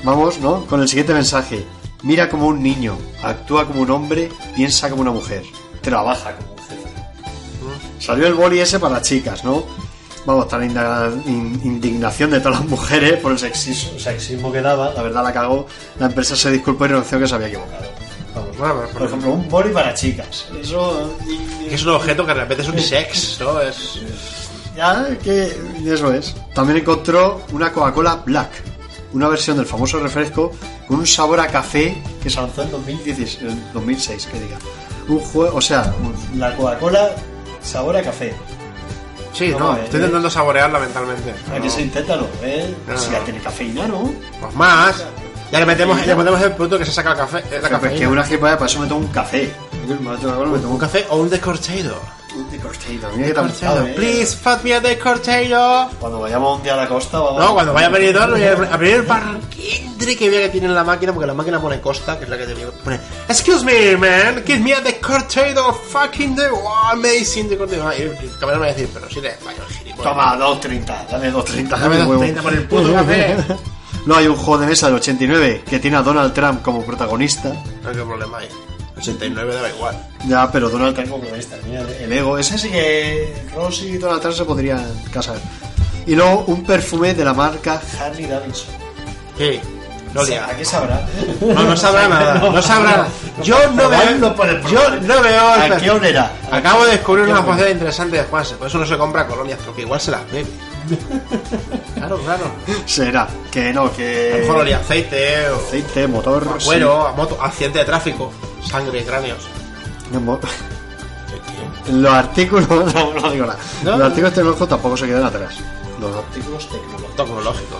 [SPEAKER 5] Vamos, ¿no? Con el siguiente mensaje. Mira como un niño, actúa como un hombre, piensa como una mujer, trabaja como mujer. Salió el boli ese para chicas, ¿no? Vamos, está la inda- in- indignación de todas las mujeres por el sexismo, sexismo que daba. La verdad la cagó. La empresa se disculpó y renunció que se había equivocado.
[SPEAKER 6] Pues bueno, pero-
[SPEAKER 8] por ejemplo, un boli para chicas. Eso
[SPEAKER 6] que es un objeto que de repente es un sex, ¿no? Es...
[SPEAKER 5] Ya, que eso es. También encontró una Coca-Cola Black, una versión del famoso refresco con un sabor a café que se lanzó en 2016, en 2006, que diga. Un juego, o sea, un-
[SPEAKER 8] la Coca-Cola sabor a café.
[SPEAKER 6] Sí, no,
[SPEAKER 8] No, eh,
[SPEAKER 6] estoy
[SPEAKER 8] eh.
[SPEAKER 6] intentando saborearla mentalmente.
[SPEAKER 8] Hay que
[SPEAKER 6] No.
[SPEAKER 8] se inténtalo, ¿eh?
[SPEAKER 6] No,
[SPEAKER 8] si
[SPEAKER 6] no.
[SPEAKER 8] ya tiene cafeína, ¿no?
[SPEAKER 6] Pues más. Ya le metemos, ya metemos el producto que se saca el café. eh, La
[SPEAKER 5] café, que
[SPEAKER 6] cafeína.
[SPEAKER 5] una jipa, para eso me tomo un café. Yo me tomo una Coca-Cola, me tomo
[SPEAKER 6] Un
[SPEAKER 5] un café.
[SPEAKER 6] café o un descorchado.
[SPEAKER 5] Un decortado, mira qué tan
[SPEAKER 6] Corchado.
[SPEAKER 8] eh.
[SPEAKER 6] Please, fat me a descorchado.
[SPEAKER 8] Cuando vayamos un día a la costa, vamos
[SPEAKER 6] No, cuando vaya a venir voy a abrir el barquindre que vea que tiene en la máquina, porque la máquina pone costa, que es la que te pone. Excuse me, man, give me a decortado fucking the wow, amazing decortado. Y el camarero me va a decir, pero si eres español, gilipollas.
[SPEAKER 8] Toma, 2.30, dame 2.30.
[SPEAKER 6] dame
[SPEAKER 5] huevo.
[SPEAKER 6] 30 por el puto café.
[SPEAKER 5] No, hay un juego de mesa del 89 que tiene a Donald Trump como protagonista.
[SPEAKER 6] No, qué problema hay. 89 daba igual.
[SPEAKER 5] Ya, pero Donald Trump,
[SPEAKER 8] Tengo que ver esta, mira,
[SPEAKER 5] el
[SPEAKER 8] el-
[SPEAKER 5] ego, ese sí que Rosy y Donald Trump se podrían casar. Y luego un perfume de la marca
[SPEAKER 8] Harley Davidson.
[SPEAKER 6] Sí, no
[SPEAKER 8] O sea, ¿A
[SPEAKER 6] lía.
[SPEAKER 8] qué sabrá?
[SPEAKER 6] No, no sabrá nada, no sabrá. Yo no
[SPEAKER 8] Probadlo
[SPEAKER 6] veo.
[SPEAKER 8] por el
[SPEAKER 6] Yo
[SPEAKER 8] programa.
[SPEAKER 6] no veo. el
[SPEAKER 8] ¿A
[SPEAKER 6] perfil.
[SPEAKER 8] qué olerá?
[SPEAKER 6] Acabo de descubrir
[SPEAKER 8] Qué
[SPEAKER 6] una
[SPEAKER 8] bueno.
[SPEAKER 6] faceta interesante de Juanse, por eso no se compra colonias, porque igual se las bebe. Claro, claro.
[SPEAKER 5] será. Que no,
[SPEAKER 6] A lo
[SPEAKER 5] que.
[SPEAKER 6] mejor olía a aceite, o
[SPEAKER 5] Aceite, motor.
[SPEAKER 6] a cuero, a moto, accidente de tráfico, sangre y cráneos.
[SPEAKER 5] sí, no, mo- Los artículos. No, no digo nada.
[SPEAKER 6] No, no.
[SPEAKER 5] Los artículos tecnológicos tampoco se quedan atrás. Los
[SPEAKER 8] Artículos tecnológicos.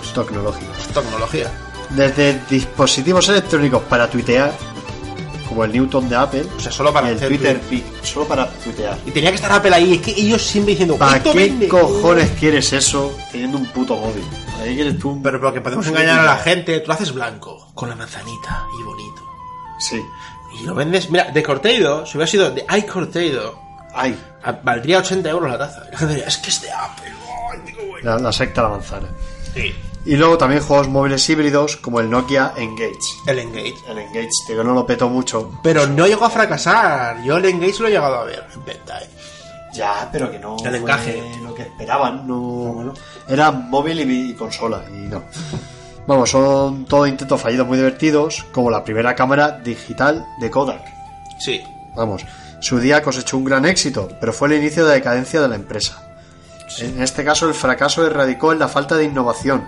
[SPEAKER 6] Tecnológicos.
[SPEAKER 5] tecnológicos.
[SPEAKER 6] Tecnología.
[SPEAKER 5] Desde dispositivos electrónicos para tuitear, como el Newton de Apple,
[SPEAKER 6] O sea, solo para
[SPEAKER 5] y el
[SPEAKER 6] hacer
[SPEAKER 5] Twitter
[SPEAKER 6] tuit.
[SPEAKER 5] Pic, solo para tuitear.
[SPEAKER 6] Y tenía que estar Apple ahí, es que ellos siempre diciendo,
[SPEAKER 5] ¿Para
[SPEAKER 6] "Esto
[SPEAKER 5] qué
[SPEAKER 6] vende".
[SPEAKER 5] cojones quieres eso teniendo un puto móvil? Ahí quieres tú un...
[SPEAKER 6] Pero porque
[SPEAKER 5] Pues
[SPEAKER 6] podemos engañar a la gente, tú lo haces blanco, con la manzanita y bonito.
[SPEAKER 5] Sí.
[SPEAKER 6] Y lo vendes, mira, de Corteido, si hubiera sido de iCorteido,
[SPEAKER 5] Ay,
[SPEAKER 6] a- valdría 80 euros la taza. Y la gente diría, es que es de Apple, ay, qué bueno".
[SPEAKER 5] la, la secta de la manzana.
[SPEAKER 6] Sí.
[SPEAKER 5] Y luego también juegos móviles híbridos como el Nokia Engage.
[SPEAKER 6] El Engage.
[SPEAKER 5] El Engage, digo, no lo petó mucho.
[SPEAKER 6] Pero no llegó a fracasar. Yo el Engage lo he llegado a ver en venta, eh.
[SPEAKER 8] Ya, pero que no.
[SPEAKER 6] El
[SPEAKER 8] fue
[SPEAKER 6] encaje. Ah,
[SPEAKER 8] Lo que esperaban, no.
[SPEAKER 5] bueno.
[SPEAKER 8] Era móvil y, y consola, y no.
[SPEAKER 5] Vamos, son todos intentos fallidos muy divertidos, como la primera cámara digital de Kodak.
[SPEAKER 6] Sí.
[SPEAKER 5] Vamos, su día cosechó un gran éxito, pero fue el inicio de la decadencia de la empresa. En este caso, el fracaso erradicó en la falta de innovación.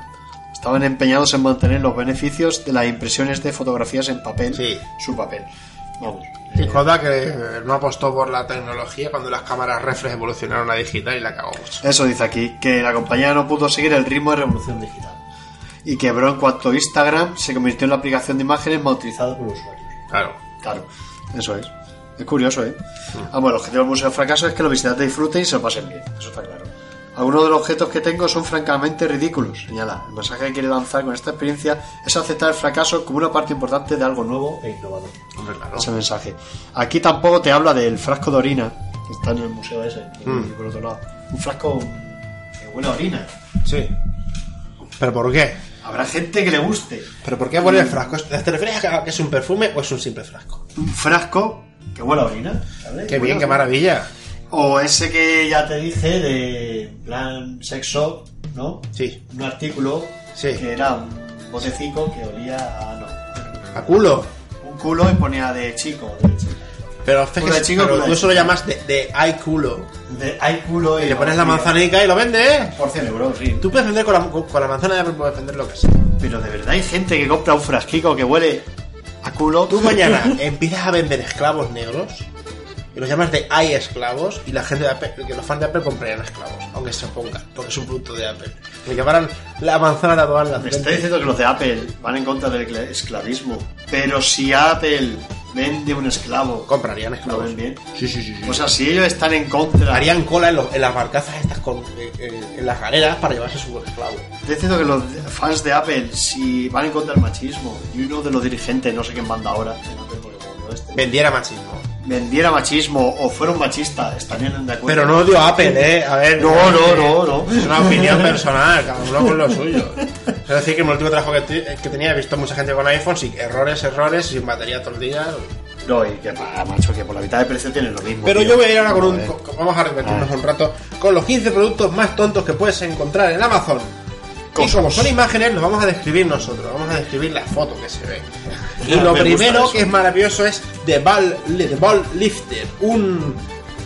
[SPEAKER 5] Estaban empeñados en mantener los beneficios de las impresiones de fotografías en papel,
[SPEAKER 6] Sí.
[SPEAKER 5] su papel. Vamos.
[SPEAKER 6] Y Kodak que eh, no apostó por la tecnología cuando las cámaras reflex evolucionaron a digital y la cagó mucho.
[SPEAKER 5] Eso dice aquí, que la compañía no pudo seguir el ritmo de revolución digital y quebró en cuanto Instagram se convirtió en la aplicación de imágenes más utilizada por usuarios.
[SPEAKER 6] Claro.
[SPEAKER 5] Claro, eso es. Es curioso, ¿eh? Ah, bueno, el objetivo del Museo del Fracaso es que los visitantes disfruten y se lo pasen bien, eso está claro. Algunos de los objetos que tengo son francamente ridículos, señala. El mensaje que quiere lanzar con esta experiencia es aceptar el fracaso como una parte importante de algo nuevo e innovador.
[SPEAKER 6] Hombre, claro.
[SPEAKER 5] Ese mensaje. Aquí tampoco te habla del frasco de orina, que está en el museo ese, y
[SPEAKER 6] Mm.
[SPEAKER 5] por otro lado. Un frasco de buena orina.
[SPEAKER 6] Sí. ¿Pero por qué?
[SPEAKER 5] Habrá gente que le guste.
[SPEAKER 6] ¿Pero por qué poner el frasco? ¿Te refieres a que es un perfume o es un simple frasco?
[SPEAKER 5] Un frasco que huele a orina. ¿sabes?
[SPEAKER 6] Qué bien,
[SPEAKER 5] Huele a
[SPEAKER 6] qué maravilla.
[SPEAKER 5] O ese que ya te dije de en plan sexo, ¿no?
[SPEAKER 6] Sí.
[SPEAKER 5] Un artículo
[SPEAKER 6] Sí.
[SPEAKER 5] que era un botecico que olía a
[SPEAKER 6] A culo.
[SPEAKER 5] no. Un culo y ponía de chico, de chica.
[SPEAKER 6] Pero, es que
[SPEAKER 5] Culo de chico,
[SPEAKER 6] pero
[SPEAKER 5] culo de
[SPEAKER 6] tú solo llamas de, de ay culo.
[SPEAKER 5] De hay culo y.
[SPEAKER 6] Y le pones la
[SPEAKER 5] no,
[SPEAKER 6] manzanica y lo vendes, ¿eh?
[SPEAKER 5] Por 100 euros, sí.
[SPEAKER 6] Tú puedes vender con la, con la manzana, ya puedes vender lo que sea.
[SPEAKER 5] Pero de verdad hay gente que compra un frasquico que huele a culo.
[SPEAKER 6] Tú mañana empiezas a vender esclavos negros y los llamas de hay esclavos y la gente de Apple, que los fans de Apple comprarían esclavos, aunque se opongan, porque es un producto de Apple. Le llamarán la manzana tatuada en la
[SPEAKER 5] Me está
[SPEAKER 6] frente.
[SPEAKER 5] diciendo que los de Apple van en contra del escla- esclavismo. Pero si Apple vende un esclavo,
[SPEAKER 6] Comprarían
[SPEAKER 5] ¿lo
[SPEAKER 6] esclavos.
[SPEAKER 5] ven bien?
[SPEAKER 6] Sí, sí, sí. sí.
[SPEAKER 5] O sea, si ellos están en contra.
[SPEAKER 6] harían cola en, los- en las barcazas estas con, eh, eh, en las galeras para llevarse su esclavo.
[SPEAKER 5] Estoy diciendo que los fans de Apple, si van en contra del machismo, y uno de los dirigentes, no sé quién manda ahora, en Apple, porque como veo este,
[SPEAKER 6] Vendiera machismo.
[SPEAKER 5] vendiera machismo o fuera un machista, estarían de acuerdo.
[SPEAKER 6] Pero no odio a Apple, ¿eh? A ver. eh,
[SPEAKER 5] No, no, no, no.
[SPEAKER 6] Es una opinión personal, cada uno con lo suyo. Es decir, que en el último trabajo que, te- que tenía he visto mucha gente con iPhones y errores, errores, sin batería todo el día.
[SPEAKER 5] No, y que para, macho, que por la mitad de precio tienen lo mismo.
[SPEAKER 6] Pero
[SPEAKER 5] tío.
[SPEAKER 6] yo voy a ir ahora con un.
[SPEAKER 5] Joder.
[SPEAKER 6] con- vamos a repetirnos
[SPEAKER 5] Ah,
[SPEAKER 6] un rato con los 15 productos más tontos que puedes encontrar en Amazon. Y
[SPEAKER 5] Cosas.
[SPEAKER 6] como son imágenes, los vamos a describir nosotros. Vamos a describir la foto que se ve. Y
[SPEAKER 5] Ah,
[SPEAKER 6] lo
[SPEAKER 5] me gusta
[SPEAKER 6] primero
[SPEAKER 5] eso.
[SPEAKER 6] que es maravilloso es The Ball, The Ball Lifter. Un,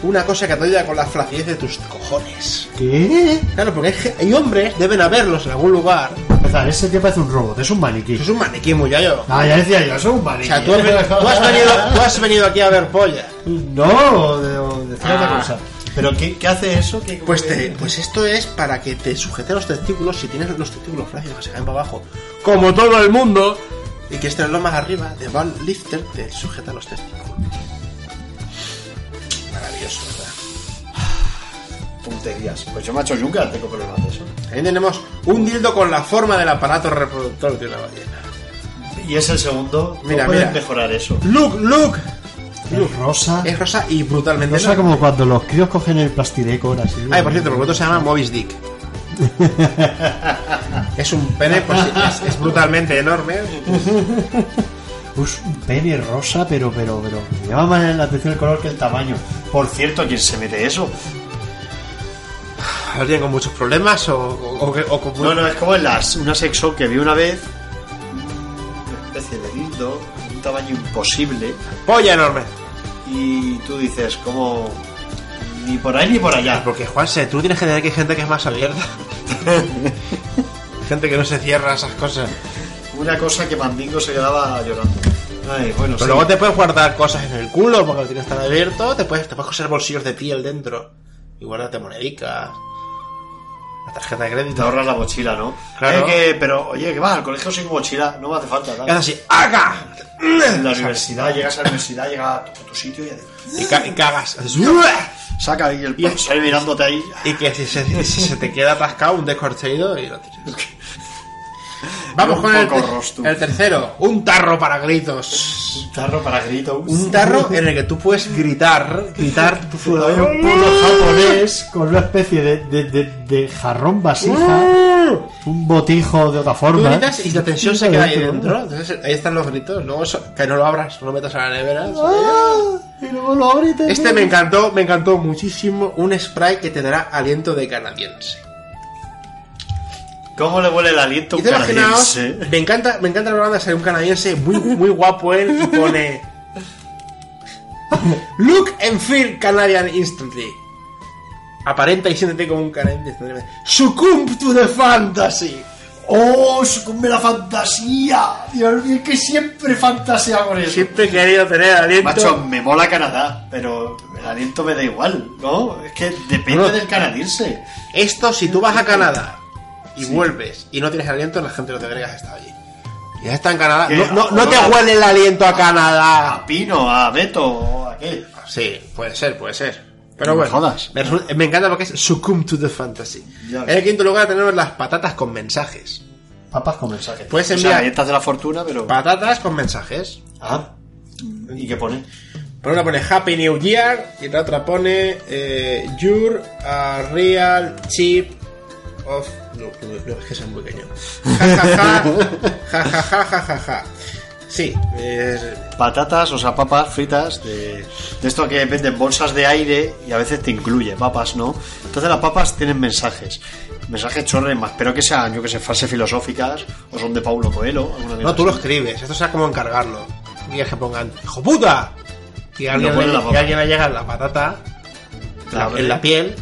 [SPEAKER 6] una cosa que te ayuda con la flacidez de tus cojones.
[SPEAKER 5] ¿Qué?
[SPEAKER 6] Claro, porque hay, ge- hay hombres, deben haberlos en algún lugar.
[SPEAKER 5] Empezar, ese tío parece un robot, es un
[SPEAKER 6] Eso
[SPEAKER 5] maniquí.
[SPEAKER 6] es un maniquí muy yo.
[SPEAKER 5] Ah, ya decía yo, es un
[SPEAKER 6] O
[SPEAKER 5] maniquí.
[SPEAKER 6] sea, tú has, venido, tú has venido- tú has venido aquí a ver polla.
[SPEAKER 5] No, de- de- decía otra
[SPEAKER 6] Ah.
[SPEAKER 5] cosa. ¿Pero qué, qué hace eso? ¿Qué-
[SPEAKER 6] Pues,
[SPEAKER 5] qué-
[SPEAKER 6] te- pues esto es para que te sujete los testículos si tienes los testículos flácidos que se caen para abajo. Como todo el mundo. Y que estés lo más arriba de Van Lifter te sujeta los testículos. Maravilloso, ¿verdad?
[SPEAKER 5] Tonterías. Pues yo, macho, nunca tengo problemas de eso.
[SPEAKER 6] También tenemos un dildo con la forma del aparato reproductor de una ballena.
[SPEAKER 5] Y es el segundo.
[SPEAKER 6] Mira,
[SPEAKER 5] ¿Cómo pueden
[SPEAKER 6] mira.
[SPEAKER 5] mejorar eso?
[SPEAKER 6] Look, look.
[SPEAKER 7] rosa.
[SPEAKER 6] Es rosa y brutalmente.
[SPEAKER 7] Rosa como cuando los críos cogen el plastidecor así.
[SPEAKER 6] Ay, por cierto, el producto se llama Movis Dick. es un pene, pues es, es brutalmente enorme.
[SPEAKER 7] Pues un pene rosa, pero, pero, pero. Me llama más la atención el color que el tamaño.
[SPEAKER 5] Por cierto, ¿quién se mete eso?
[SPEAKER 6] ¿Alguien con muchos problemas o, o- o- o con
[SPEAKER 5] No, no, es como en las, una sexo que vi una vez. Una especie de lindo, un tamaño imposible.
[SPEAKER 6] Polla enorme.
[SPEAKER 5] Y tú dices, como. Ni por ahí ni por allá.
[SPEAKER 6] Porque, Juanse, tú tienes que tener que hay gente que es más abierta. gente que no se cierra a esas cosas.
[SPEAKER 5] Una cosa que Mandingo se quedaba llorando. Ay, bueno,
[SPEAKER 6] Pero
[SPEAKER 5] sí.
[SPEAKER 6] luego te puedes guardar cosas en el culo porque lo tienes tan abierto. Te puedes, te puedes coser bolsillos de piel dentro. Y guardarte monedicas. La tarjeta de
[SPEAKER 5] Te
[SPEAKER 6] crédito.
[SPEAKER 5] ahorras la mochila, ¿no?
[SPEAKER 6] Claro.
[SPEAKER 5] Eh, que- pero, oye, que vas al colegio sin mochila, no me hace falta.
[SPEAKER 6] Y
[SPEAKER 5] tal.
[SPEAKER 6] haces así. ¡Aga!
[SPEAKER 5] En la universidad, llegas a la universidad, llega a tu, tu sitio y haces-
[SPEAKER 6] Y, ca- y cagas. Haces, "Uah".
[SPEAKER 5] saca ahí el profesor mirándote ahí.
[SPEAKER 6] Y que si se, si se te queda atascado un descorcherido y lo tiras. Vamos
[SPEAKER 5] Un
[SPEAKER 6] con el,
[SPEAKER 5] poco
[SPEAKER 6] te-
[SPEAKER 5] rosto.
[SPEAKER 6] el tercero. Un tarro para gritos.
[SPEAKER 5] Un tarro para gritos.
[SPEAKER 6] Un tarro en el que tú puedes gritar, gritar tu
[SPEAKER 5] Hay
[SPEAKER 6] sudor.
[SPEAKER 5] un puto japonés
[SPEAKER 12] es con una especie de, de, de, de jarrón
[SPEAKER 6] Ah.
[SPEAKER 12] vasija, un botijo de otra
[SPEAKER 6] Tú
[SPEAKER 12] forma.
[SPEAKER 6] gritas y la tensión se queda ahí dentro. Entonces ahí están los gritos. Luego eso, que no lo abras, no lo metas a la nevera.
[SPEAKER 12] ¡Ah! Y luego lo abre y te-
[SPEAKER 6] Este me encantó, me encantó muchísimo. Un spray que te dará aliento de canadiense.
[SPEAKER 5] ¿Cómo le huele el aliento a
[SPEAKER 6] Y
[SPEAKER 5] un
[SPEAKER 6] te imaginaos,
[SPEAKER 5] canadiense?
[SPEAKER 6] me encanta, me encanta la banda sale un canadiense muy, muy guapo él y pone Look and feel Canadian instantly. Aparenta y siéntete como un canadiense. instantáneamente. Succumb to the fantasy.
[SPEAKER 12] ¡Oh, sucumbe la fantasía! Dios mío, que siempre fantasía con eso.
[SPEAKER 6] Siempre he querido tener aliento.
[SPEAKER 5] Macho, me mola Canadá, pero el aliento me da igual, ¿no? Es que depende
[SPEAKER 6] Bueno.
[SPEAKER 5] del canadiense.
[SPEAKER 6] Esto si tú vas a Canadá y vuelves y no tienes aliento, la gente no te cree que has estado allí. Ya está en Canadá.
[SPEAKER 5] ¿Qué?
[SPEAKER 6] No, no- no te
[SPEAKER 5] Joder.
[SPEAKER 6] huele el aliento a Canadá.
[SPEAKER 5] A Pino, a Beto, o a qué.
[SPEAKER 6] Sí, puede ser, puede ser. Pero
[SPEAKER 13] No
[SPEAKER 6] bueno,
[SPEAKER 13] jodas.
[SPEAKER 6] Me, resulta- me encanta lo que es Succumb to the Fantasy.
[SPEAKER 5] Ya
[SPEAKER 6] En
[SPEAKER 5] ves.
[SPEAKER 6] el quinto lugar tenemos las patatas con mensajes.
[SPEAKER 12] Papas con mensajes.
[SPEAKER 5] O
[SPEAKER 6] Puedes
[SPEAKER 5] sea,
[SPEAKER 6] enviar
[SPEAKER 5] galletas de la fortuna, pero...
[SPEAKER 6] patatas con mensajes.
[SPEAKER 5] Ah. ¿Y qué pone?
[SPEAKER 6] Por una pone Happy New Year y la otra pone eh, You're a real chip of... No, no, no, es que soy muy pequeño. Ja, ja, ja. Ja, ja, ja, ja, ja, ja. Sí, eh, es-
[SPEAKER 5] Patatas, o sea, papas fritas de, de esto que venden bolsas de aire y a veces te incluye papas, ¿no? Entonces las papas tienen mensajes. Mensajes chorres, más espero que sean, yo que sé, frases filosóficas o son de Paulo Coelho. alguna mierda
[SPEAKER 6] No, tú lo
[SPEAKER 5] así.
[SPEAKER 6] escribes. Esto es como encargarlo. Y es que pongan, ¡hijo puta! Y a alguien,
[SPEAKER 5] ponen
[SPEAKER 6] le,
[SPEAKER 5] la
[SPEAKER 6] y
[SPEAKER 5] papa.
[SPEAKER 6] alguien le llega la patata
[SPEAKER 5] La
[SPEAKER 6] la-
[SPEAKER 5] abre.
[SPEAKER 6] en la piel.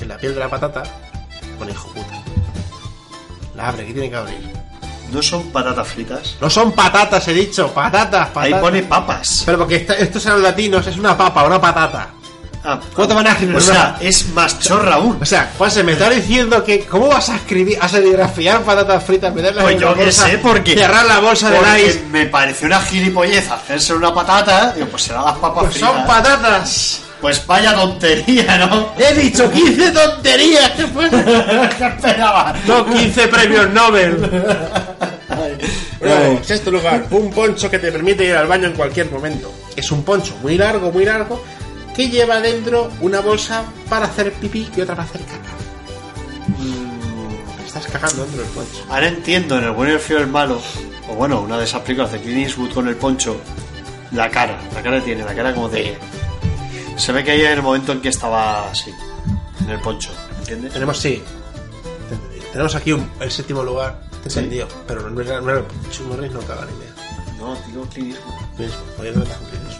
[SPEAKER 6] En la piel de la patata. Pone, hijo puta. La abre, ¿qué tiene que abrir?
[SPEAKER 5] No son patatas fritas.
[SPEAKER 6] No son patatas, he dicho. Patatas, patatas.
[SPEAKER 5] Ahí pone papas.
[SPEAKER 6] Pero porque esta- estos eran latinos, es una papa, una patata.
[SPEAKER 5] Ah,
[SPEAKER 6] ¿Cómo te van a escribir?
[SPEAKER 5] O sea, es más chorra aún.
[SPEAKER 6] O sea, Juanse, me está diciendo que ¿cómo vas a escribir, a serigrafiar patatas fritas, meterlas
[SPEAKER 5] Pues
[SPEAKER 6] en
[SPEAKER 5] yo
[SPEAKER 6] una
[SPEAKER 5] qué
[SPEAKER 6] bolsa,
[SPEAKER 5] sé, porque.
[SPEAKER 6] cerrar la bolsa de
[SPEAKER 5] porque
[SPEAKER 6] ice?
[SPEAKER 5] Me pareció una gilipollez hacerse una patata. Digo, pues será las papas
[SPEAKER 6] Pues
[SPEAKER 5] fritas.
[SPEAKER 6] son patatas.
[SPEAKER 5] pues vaya tontería, ¿no?
[SPEAKER 6] He dicho 15 tonterías. ¿qué fue?
[SPEAKER 5] ¿Qué esperaba?
[SPEAKER 6] No, 15 premios Nobel.
[SPEAKER 13] Ay.
[SPEAKER 6] sexto lugar, un poncho que te permite ir al baño en cualquier momento. Es un poncho muy largo, muy largo, que lleva dentro una bolsa para hacer pipí y otra para hacer caca. Te Mm, Estás cagando dentro del poncho.
[SPEAKER 5] Ahora entiendo en el bueno, el feo y el malo, o bueno, una de esas películas de Clint Eastwood con el poncho, la cara, la cara que tiene, la cara como de. Se ve que ahí en el momento en que estaba así, en el poncho, ¿entiendes?
[SPEAKER 6] Tenemos, sí. te he entendido. Tenemos aquí un- el séptimo lugar. Te he entendido. Pero no, era- no, era el poncho, no, era- no caga ni idea.
[SPEAKER 5] No, digo Clint Eastwood.
[SPEAKER 6] Oye, no te has cumplido eso.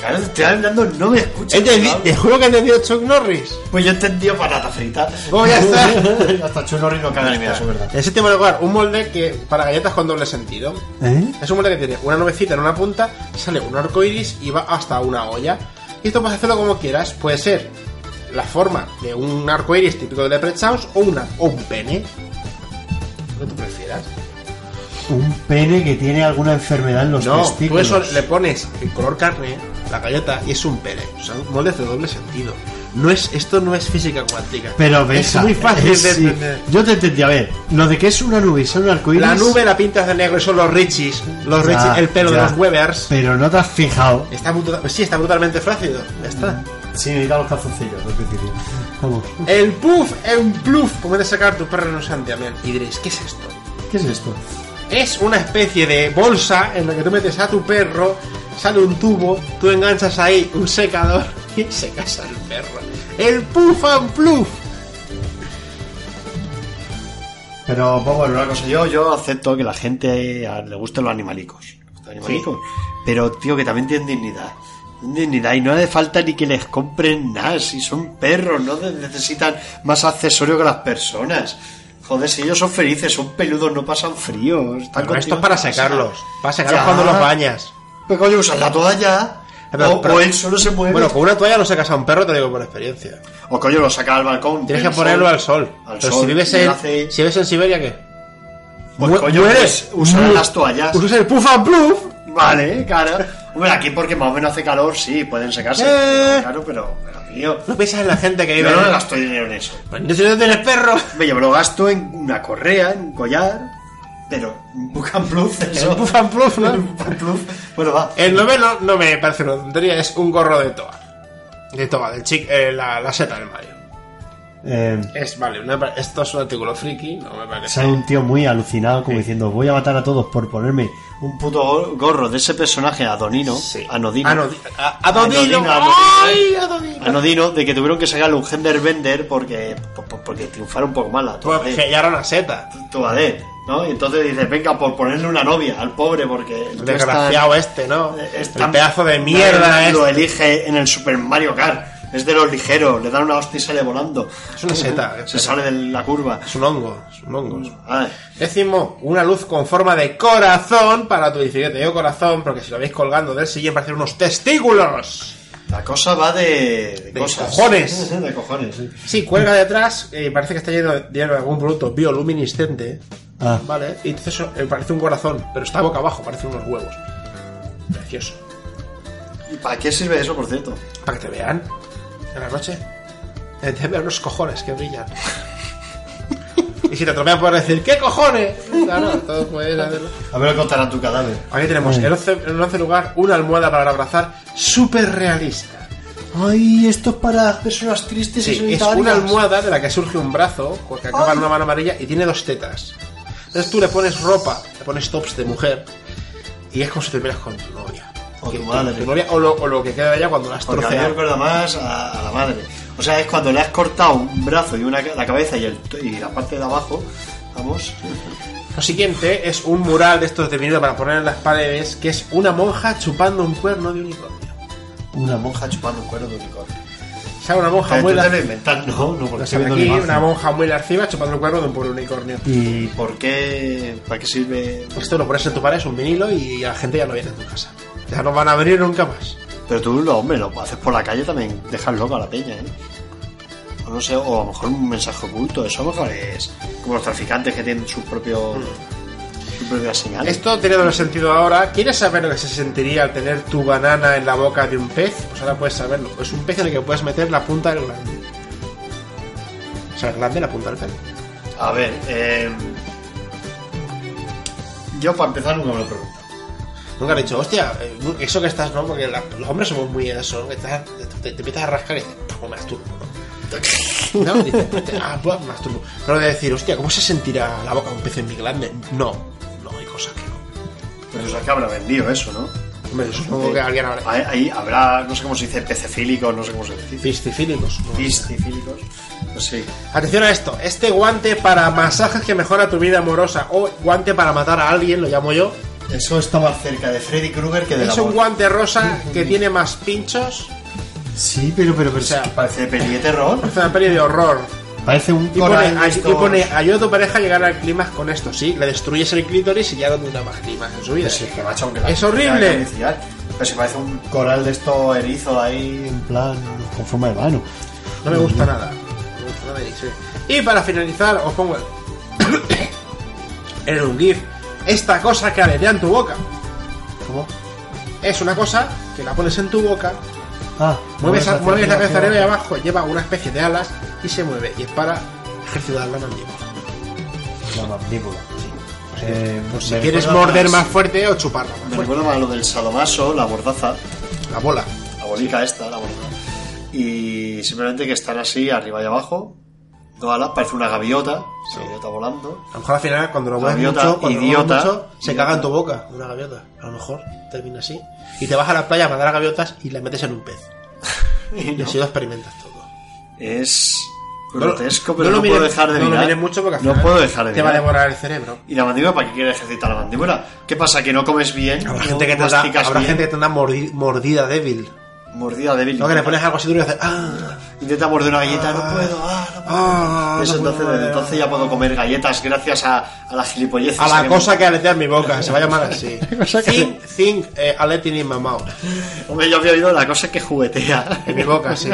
[SPEAKER 5] Claro, te estoy hablando, no me escuchas.
[SPEAKER 6] Entendí-
[SPEAKER 5] ¿no?
[SPEAKER 6] Te juro que he entendido Chuck Norris.
[SPEAKER 5] Pues yo he entendido patata frita.
[SPEAKER 6] Oh, ya está.
[SPEAKER 5] Hasta Chuno Rino caga ni me da, eso es verdad.
[SPEAKER 6] En séptimo lugar, un molde que para galletas con doble sentido.
[SPEAKER 12] ¿Eh?
[SPEAKER 6] Es un molde que tiene una nubecita en una punta, sale un arco iris y va hasta una olla. Y esto puedes hacerlo como quieras. Puede ser la forma de un arco iris típico de Leprechauns o, una, o un pene. Lo que tú prefieras.
[SPEAKER 12] Un pene que tiene alguna enfermedad en los
[SPEAKER 6] No, tú
[SPEAKER 12] testículos.
[SPEAKER 5] pues
[SPEAKER 6] eso le pones el color carne, la galleta, y es un pene. O sea, un molde de doble sentido. No es, esto no es física cuántica.
[SPEAKER 12] Pero ves,
[SPEAKER 6] es muy fácil
[SPEAKER 12] eh,
[SPEAKER 6] de
[SPEAKER 12] sí.
[SPEAKER 6] entender.
[SPEAKER 12] Yo te entendí, a ver, lo de que es una nube y son un arcoíris.
[SPEAKER 6] La nube la pintas de negro y son los Richies. Los
[SPEAKER 12] Ya,
[SPEAKER 6] Richies, el pelo de
[SPEAKER 12] ya.
[SPEAKER 6] los Webers.
[SPEAKER 12] Pero no te has fijado.
[SPEAKER 6] Está brutal- sí, está brutalmente flácido. Ya está.
[SPEAKER 5] Mm.
[SPEAKER 12] Sí, me los calzoncillos, al principio. Vamos.
[SPEAKER 6] El puff en pluff. Como de sacar tu perro en un santiamén. Y diréis, ¿qué es esto?
[SPEAKER 12] ¿Qué es esto?
[SPEAKER 6] Es una especie de bolsa en la que tú metes a tu perro, sale un tubo, tú enganchas ahí un secador y se casa el perro. El puff and pluff.
[SPEAKER 12] Pero, pues, bueno, una
[SPEAKER 5] O
[SPEAKER 12] cosa.
[SPEAKER 5] sea, yo, yo acepto que la gente a- le gusten los animalicos. Los animalicos. Pero, tío, que también tienen dignidad. Tienen dignidad y no hace falta ni que les compren nada. Si son perros, no ne- necesitan más accesorio que las personas. Joder, si ellos son felices, son peludos, no pasan frío. Están
[SPEAKER 6] Pero esto
[SPEAKER 5] contigo
[SPEAKER 6] es para
[SPEAKER 5] en casa.
[SPEAKER 6] secarlos. Para secarlos
[SPEAKER 5] Ya.
[SPEAKER 6] cuando los bañas.
[SPEAKER 5] Pero pues coño, usas la toalla.
[SPEAKER 6] Pero-
[SPEAKER 5] o,
[SPEAKER 6] pero-
[SPEAKER 5] o él solo se mueve.
[SPEAKER 6] Bueno, con una toalla no secas a un perro, te lo digo por experiencia.
[SPEAKER 5] o coño, lo saca al balcón.
[SPEAKER 6] Tienes
[SPEAKER 5] del
[SPEAKER 6] que ponerlo
[SPEAKER 5] sol.
[SPEAKER 6] al sol.
[SPEAKER 5] Al
[SPEAKER 6] Pero
[SPEAKER 5] sol,
[SPEAKER 6] si vives
[SPEAKER 5] y
[SPEAKER 6] en,
[SPEAKER 5] hace-
[SPEAKER 6] si vives en Siberia, ¿qué?
[SPEAKER 5] Pues,
[SPEAKER 6] Mu-
[SPEAKER 5] coño,
[SPEAKER 6] mueres.
[SPEAKER 5] pues, usar
[SPEAKER 6] Mu-
[SPEAKER 5] las toallas.
[SPEAKER 6] Usas el puff and pluff.
[SPEAKER 5] Vale, claro. Hombre, aquí porque más o menos hace calor, sí, pueden secarse.
[SPEAKER 6] Eh.
[SPEAKER 5] Claro, pero, pero tío.
[SPEAKER 6] No piensas en la gente que vive.
[SPEAKER 5] Yo no me
[SPEAKER 6] en-
[SPEAKER 5] gasto dinero en eso.
[SPEAKER 6] Pues, si no tienes perro.
[SPEAKER 5] Me llevo lo gasto en una correa, en un collar, pero un book and bluff, eso.
[SPEAKER 6] Un puff and pluff, ¿no?
[SPEAKER 5] Un book and bluff. Bueno, va.
[SPEAKER 6] El noveno no me parece una tontería, es un gorro de toa. De toma, del chic, eh, la, la seta del Mario.
[SPEAKER 7] Eh,
[SPEAKER 6] Es, vale, una pa- esto es un artículo friki, no me parece.
[SPEAKER 7] sale un tío muy alucinado como diciendo voy a matar a todos por ponerme
[SPEAKER 5] Un puto go- gorro de ese personaje, Adonino, Anodino,
[SPEAKER 6] Anodi- a- Adodino.
[SPEAKER 5] Anodino, Anodino. ¿eh?
[SPEAKER 6] ¡Ay, Adodino!
[SPEAKER 5] Anodino, de que tuvieron que sacarle un genderbender porque, po- po- porque triunfara un poco mala.
[SPEAKER 6] Pues que ya era una seta.
[SPEAKER 5] Toadette, ¿no? Y entonces dices, venga, por ponerle una novia al pobre porque... el
[SPEAKER 6] El
[SPEAKER 5] tío es tan-
[SPEAKER 6] desgraciado este, ¿no?
[SPEAKER 5] es
[SPEAKER 6] el
[SPEAKER 5] tan-
[SPEAKER 6] pedazo de mierda
[SPEAKER 5] Lo
[SPEAKER 6] este.
[SPEAKER 5] elige en el Super Mario Kart. Es de los ligeros, le dan una hostia y sale volando.
[SPEAKER 6] Es una seta, eh. es
[SPEAKER 5] Se
[SPEAKER 6] una
[SPEAKER 5] sale de la curva.
[SPEAKER 6] Es un hongo, es un hongo.
[SPEAKER 5] Ay,
[SPEAKER 6] Décimo, una luz con forma de corazón para tu bicicleta. Digo corazón porque si lo veis colgando del sillín parecen unos testículos.
[SPEAKER 5] la cosa va de, de
[SPEAKER 6] De
[SPEAKER 5] cosas.
[SPEAKER 6] cojones.
[SPEAKER 5] De cojones, sí.
[SPEAKER 6] Sí, cuelga detrás eh, parece que está lleno de, lleno de algún producto bioluminiscente.
[SPEAKER 7] Ah.
[SPEAKER 6] Vale, y entonces eh, parece un corazón, pero está boca abajo, parecen unos huevos. Precioso.
[SPEAKER 5] ¿Y para qué sirve eso, por cierto?
[SPEAKER 6] Para que te vean en la noche. Eh, Te vean unos cojones que brillan. y si te atropellan por decir, ¿qué cojones? Claro, todos pueden hacerlo.
[SPEAKER 5] A ver, contará tu cadáver.
[SPEAKER 6] Aquí tenemos en 11, en 11 lugar una almohada para abrazar súper realista.
[SPEAKER 7] ay esto es para
[SPEAKER 5] Personas tristes
[SPEAKER 6] Sí, es una almohada de la que surge un brazo con- que acaba en una mano amarilla y tiene dos tetas. Entonces tú le pones ropa, le pones tops de mujer y es como si te vieras con tu novia.
[SPEAKER 5] O tu
[SPEAKER 6] Que-
[SPEAKER 5] madre.
[SPEAKER 6] tu novia o lo, o lo que queda de ella cuando la has
[SPEAKER 5] Porque a mí me
[SPEAKER 6] troceado.
[SPEAKER 5] recuerda más a, a la madre. O sea, es cuando le has cortado un brazo y una, ca- la cabeza y, el, y la parte de abajo. Vamos.
[SPEAKER 6] Lo siguiente es un mural de estos de vinilo para poner en las paredes que es una monja chupando un cuerno de unicornio.
[SPEAKER 7] una monja
[SPEAKER 5] Monja chupando un cuero de unicornio.
[SPEAKER 6] O sea, una monja
[SPEAKER 5] Eh,
[SPEAKER 6] muy
[SPEAKER 5] tú te lo
[SPEAKER 6] lar-
[SPEAKER 5] inventas, ¿no? No, porque
[SPEAKER 6] lo
[SPEAKER 5] estoy
[SPEAKER 6] sacan
[SPEAKER 5] viendo
[SPEAKER 6] aquí,
[SPEAKER 5] la imagen.
[SPEAKER 6] una monja muy lasciva chupando el cuerno de un pobre unicornio.
[SPEAKER 5] ¿Y por qué? ¿Para qué sirve?
[SPEAKER 6] Esto lo pones en tu pared, es un vinilo y la gente ya no viene a tu casa. Ya no van a venir nunca más.
[SPEAKER 5] Pero tú, lo, hombre, lo haces por la calle también. Dejas loca a la peña, ¿eh? O no sé, o a lo mejor un mensaje oculto. Eso a lo mejor es como los traficantes que tienen sus propios... Sus propias señales.
[SPEAKER 6] Esto tiene doble sentido ahora. ¿Quieres saber lo que se sentiría al tener tu banana en la boca de un pez? Pues ahora puedes saberlo. Es un pez en el que puedes meter la punta del glande. O sea, el glande la punta del pez.
[SPEAKER 5] A ver, eh, yo para empezar nunca me lo pregunto.
[SPEAKER 6] Nunca han dicho, hostia, eh, eso que estás, ¿no? Porque la- los hombres somos muy eso, ¿no? Que estás- te, te empiezas a rascar y dices, "Puf, me masturbo, ¿no? ¿No? Dices, ah, pues, me masturbo. Pero de decir, hostia, ¿cómo se sentirá la boca de un pez en mi glande? No, no, hay cosas que no.
[SPEAKER 5] Pero Pues, o sea que habrá vendido eso, ¿no?
[SPEAKER 6] Hombre, yo supongo que alguien habrá...
[SPEAKER 5] Ahí, ahí habrá, no sé cómo se dice, pecefílicos, no sé cómo se dice.
[SPEAKER 6] Fistifílicos, ¿no?
[SPEAKER 5] Piscifílicos. Pues sí.
[SPEAKER 6] Atención a esto, este guante para masajes que mejora tu vida amorosa o guante para matar a alguien, lo llamo yo.
[SPEAKER 5] Eso está más cerca de Freddy Krueger que de la Mm.
[SPEAKER 6] Es un guante rosa que tiene más pinchos.
[SPEAKER 7] sí pero pero pero
[SPEAKER 6] O sea,
[SPEAKER 5] Parece de peli de terror.
[SPEAKER 6] es una peli de horror.
[SPEAKER 7] parece un
[SPEAKER 6] Y pone,
[SPEAKER 5] Coral,
[SPEAKER 6] ay-
[SPEAKER 5] estos-
[SPEAKER 6] y pone, ayuda a tu pareja a llegar al clímax con esto, sí. Le destruyes el clítoris y ya no tendrá más clímax en su vida.
[SPEAKER 5] Sí, que macho, aunque la-
[SPEAKER 6] Es horrible.
[SPEAKER 5] la publicidad. Pero se parece un coral de esto erizo ahí.
[SPEAKER 7] en plan con forma de mano
[SPEAKER 6] No me
[SPEAKER 5] Mm.
[SPEAKER 6] gusta nada. No me gusta nada y sí. Y para finalizar, os pongo el... en un GIF esta cosa que aletea en tu boca.
[SPEAKER 7] ¿Cómo?
[SPEAKER 6] Es una cosa que la pones en tu boca
[SPEAKER 7] ah
[SPEAKER 6] Mueves,
[SPEAKER 7] hacia
[SPEAKER 6] mueves
[SPEAKER 7] arriba,
[SPEAKER 6] la cabeza
[SPEAKER 7] hacia
[SPEAKER 6] arriba y abajo, lleva una especie de alas y se mueve. Y es para ejercitar la mandíbula.
[SPEAKER 7] la mandíbula Eh,
[SPEAKER 6] Por pues si
[SPEAKER 7] me
[SPEAKER 6] quieres
[SPEAKER 7] recuerda
[SPEAKER 6] morder
[SPEAKER 7] las-
[SPEAKER 6] más fuerte o chuparla más
[SPEAKER 5] Me
[SPEAKER 6] fuerte.
[SPEAKER 5] recuerda más a lo del sadomaso, la bordaza.
[SPEAKER 6] La bola.
[SPEAKER 5] la bolica esta, la bolica. Y simplemente que están así, arriba y abajo. Dos alas, parece una gaviota, una gaviota volando.
[SPEAKER 6] A lo mejor al final, cuando lo mueves
[SPEAKER 5] Gaviota,
[SPEAKER 6] mucho, cuando lo mueves
[SPEAKER 5] idiota.
[SPEAKER 6] mucho, se
[SPEAKER 5] Idiota.
[SPEAKER 6] caga en tu boca una gaviota. A lo mejor termina así. Y te vas a la playa a matar a gaviotas y las metes en un pez.
[SPEAKER 5] Y
[SPEAKER 6] Y
[SPEAKER 5] no.
[SPEAKER 6] así lo experimentas todo.
[SPEAKER 5] Es
[SPEAKER 6] No lo-
[SPEAKER 5] grotesco, pero no,
[SPEAKER 6] lo
[SPEAKER 5] puedo
[SPEAKER 6] mires-
[SPEAKER 5] dejar de
[SPEAKER 6] No lo
[SPEAKER 5] mirar.
[SPEAKER 6] mires mucho porque al
[SPEAKER 5] No
[SPEAKER 6] final
[SPEAKER 5] puedo dejar de
[SPEAKER 6] te va a
[SPEAKER 5] mirar.
[SPEAKER 6] devorar el cerebro.
[SPEAKER 5] ¿Y la mandíbula para qué quiere ejercitar la mandíbula? ¿Qué pasa? ¿Que no comes bien?
[SPEAKER 6] Habrá
[SPEAKER 5] ¿No
[SPEAKER 6] gente que tendrá,
[SPEAKER 5] masticas
[SPEAKER 6] habrá
[SPEAKER 5] bien?
[SPEAKER 6] gente que tendrá mordi- mordida débil.
[SPEAKER 5] Mordida débil.
[SPEAKER 6] No, que le pones algo así duro y haces... ¡Ah!
[SPEAKER 5] Intenta morder una galleta, no puedo, ah, no puedo.
[SPEAKER 6] Ah,
[SPEAKER 5] Pues
[SPEAKER 6] no
[SPEAKER 5] entonces,
[SPEAKER 6] puedo.
[SPEAKER 5] desde entonces ya puedo comer galletas gracias a, a la gilipollez.
[SPEAKER 6] A
[SPEAKER 5] esa
[SPEAKER 6] la
[SPEAKER 5] que
[SPEAKER 6] cosa que aletea en mi boca, se va a llamar así.
[SPEAKER 5] cosa que-
[SPEAKER 6] Think, think eh, aleting in my mouth.
[SPEAKER 5] me- Hombre, yo había oído la cosa que juguetea.
[SPEAKER 6] En mi boca, sí.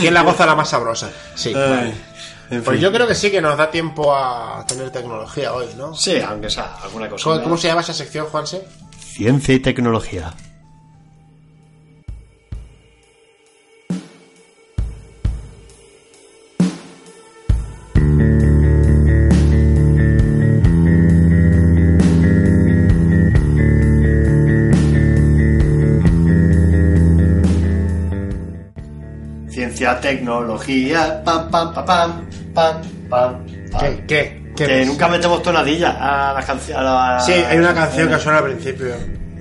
[SPEAKER 6] ¿Quién la goza la más sabrosa? Sí. vale. Pues yo creo que sí que nos da tiempo a tener tecnología hoy, ¿no?
[SPEAKER 5] Sí, aunque sea alguna cosa.
[SPEAKER 6] ¿Cómo, cómo se llama esa sección, Juanse?
[SPEAKER 5] Ciencia y tecnología. ciencia, tecnología, pam, pam, pam, pam, pam, pam. pam.
[SPEAKER 6] ¿Qué? ¿Qué? ¿Qué
[SPEAKER 5] Que
[SPEAKER 6] más?
[SPEAKER 5] nunca metemos tonadillas a las canciones.
[SPEAKER 6] Sí, hay una canción que suena al principio.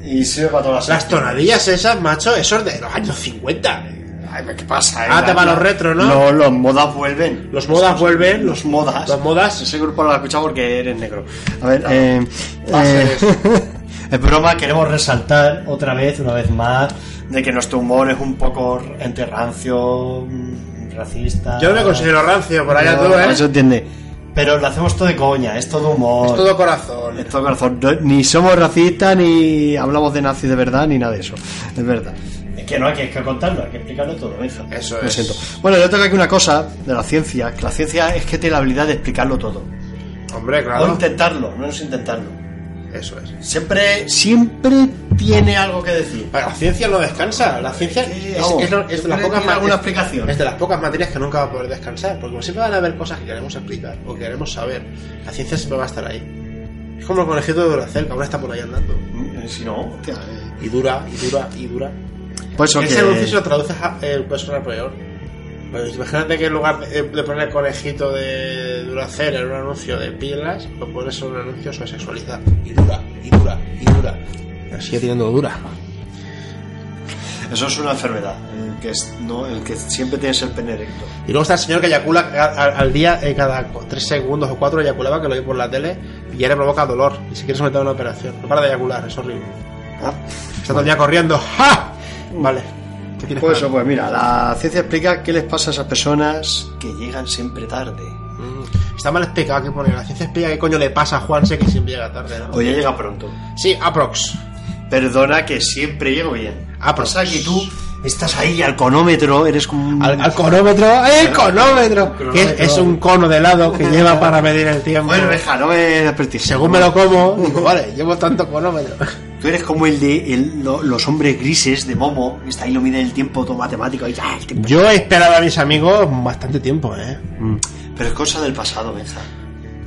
[SPEAKER 5] Y sirve para todas
[SPEAKER 6] Las tonadillas esas, macho, eso es de los años 50.
[SPEAKER 5] Ay, ¿Qué pasa? eh?
[SPEAKER 6] Ah, te va
[SPEAKER 5] La-
[SPEAKER 6] los retro, ¿no?
[SPEAKER 5] No, los modas vuelven.
[SPEAKER 6] Los modas vuelven.
[SPEAKER 5] Los modas.
[SPEAKER 6] Los modas.
[SPEAKER 5] Ese grupo no lo he escuchado porque eres negro. A ver, eh, eh,
[SPEAKER 6] Haces-
[SPEAKER 5] es broma, queremos
[SPEAKER 14] resaltar otra vez, una vez más.
[SPEAKER 5] de que nuestro humor es un poco entre rancio, mm, racista.
[SPEAKER 6] Yo no me considero rancio, por allá
[SPEAKER 5] No,
[SPEAKER 6] tú, ¿eh?
[SPEAKER 5] Eso entiende. Pero lo hacemos todo de coña, es todo humor.
[SPEAKER 6] Es todo corazón.
[SPEAKER 5] Es todo corazón. No- Ni somos racistas, ni hablamos de nazi de verdad, ni nada de eso. Es verdad.
[SPEAKER 14] Es que no hay que, hay que contarlo, hay que explicarlo todo, hijo.
[SPEAKER 6] Eso
[SPEAKER 5] Lo
[SPEAKER 6] es.
[SPEAKER 5] siento. Bueno, yo tengo aquí una cosa de la ciencia, que la ciencia es que tiene la habilidad de explicarlo todo.
[SPEAKER 6] Hombre,
[SPEAKER 5] O
[SPEAKER 6] claro.
[SPEAKER 5] intentarlo, no es intentarlo.
[SPEAKER 6] Eso es.
[SPEAKER 5] Siempre, siempre tiene algo que decir.
[SPEAKER 6] Pero la ciencia no descansa. La ciencia
[SPEAKER 5] Sí,
[SPEAKER 6] es,
[SPEAKER 5] vamos,
[SPEAKER 6] es lo- es de las
[SPEAKER 5] siempre
[SPEAKER 6] pocas
[SPEAKER 5] tiene
[SPEAKER 6] ma-
[SPEAKER 5] alguna
[SPEAKER 6] es-
[SPEAKER 5] explicación.
[SPEAKER 6] es de las pocas materias que nunca va a poder descansar. Porque como siempre van a haber cosas que queremos explicar o que queremos saber. La ciencia siempre va a estar ahí. Es como el conejito de Duracell, que ahora está por ahí andando.
[SPEAKER 5] Si no, hostia, eh.
[SPEAKER 6] Y dura, y dura, y dura.
[SPEAKER 5] Por eso
[SPEAKER 6] Ese anuncio se
[SPEAKER 5] que...
[SPEAKER 6] lo traduces a eh, puede sonar peor. Pues imagínate que en lugar de, eh, de poner el conejito de Duracell en un anuncio de pilas, lo pones en un anuncio sobre sexualidad. Y dura, y dura, y dura. Sigue tirando dura.
[SPEAKER 5] Eso es una enfermedad, el que, es- no, el que siempre tienes el pene erecto.
[SPEAKER 6] Y luego está el señor que eyacula a- a- al día, eh, cada 3 segundos o 4 eyaculaba, que lo vi por la tele, y ya le provoca dolor. Y si quiere someter a una operación. No para de eyacular, es horrible. Está todo el día corriendo. ¡Ja! Vale. ¿Qué tienes
[SPEAKER 5] Pues
[SPEAKER 6] para-
[SPEAKER 5] eso, pues mira, la ciencia explica qué les pasa a esas personas que llegan siempre tarde.
[SPEAKER 6] Mm, Está mal explicado que pone. La ciencia explica qué coño le pasa a Juanse que siempre llega tarde. ¿no?
[SPEAKER 5] O ya llega pronto.
[SPEAKER 6] Sí, aprox.
[SPEAKER 5] Perdona que siempre llego bien.
[SPEAKER 6] Ah, pero-
[SPEAKER 5] pasa que tú estás ahí al conómetro, eres como un...
[SPEAKER 6] Al, al cronómetro. ¡El cronómetro! Que es, es un cono de helado que lleva para medir el tiempo.
[SPEAKER 5] Bueno, deja, no me despertes.
[SPEAKER 6] Según me lo como, digo, vale, llevo tanto cronómetro.
[SPEAKER 5] Tú eres como el de el- lo- los hombres grises de Momo, que está ahí lo mide el tiempo todo matemático. y, ah, el tiempo.
[SPEAKER 6] Yo esperaba a mis amigos bastante tiempo, ¿eh?
[SPEAKER 5] Pero es cosa del pasado, Benja.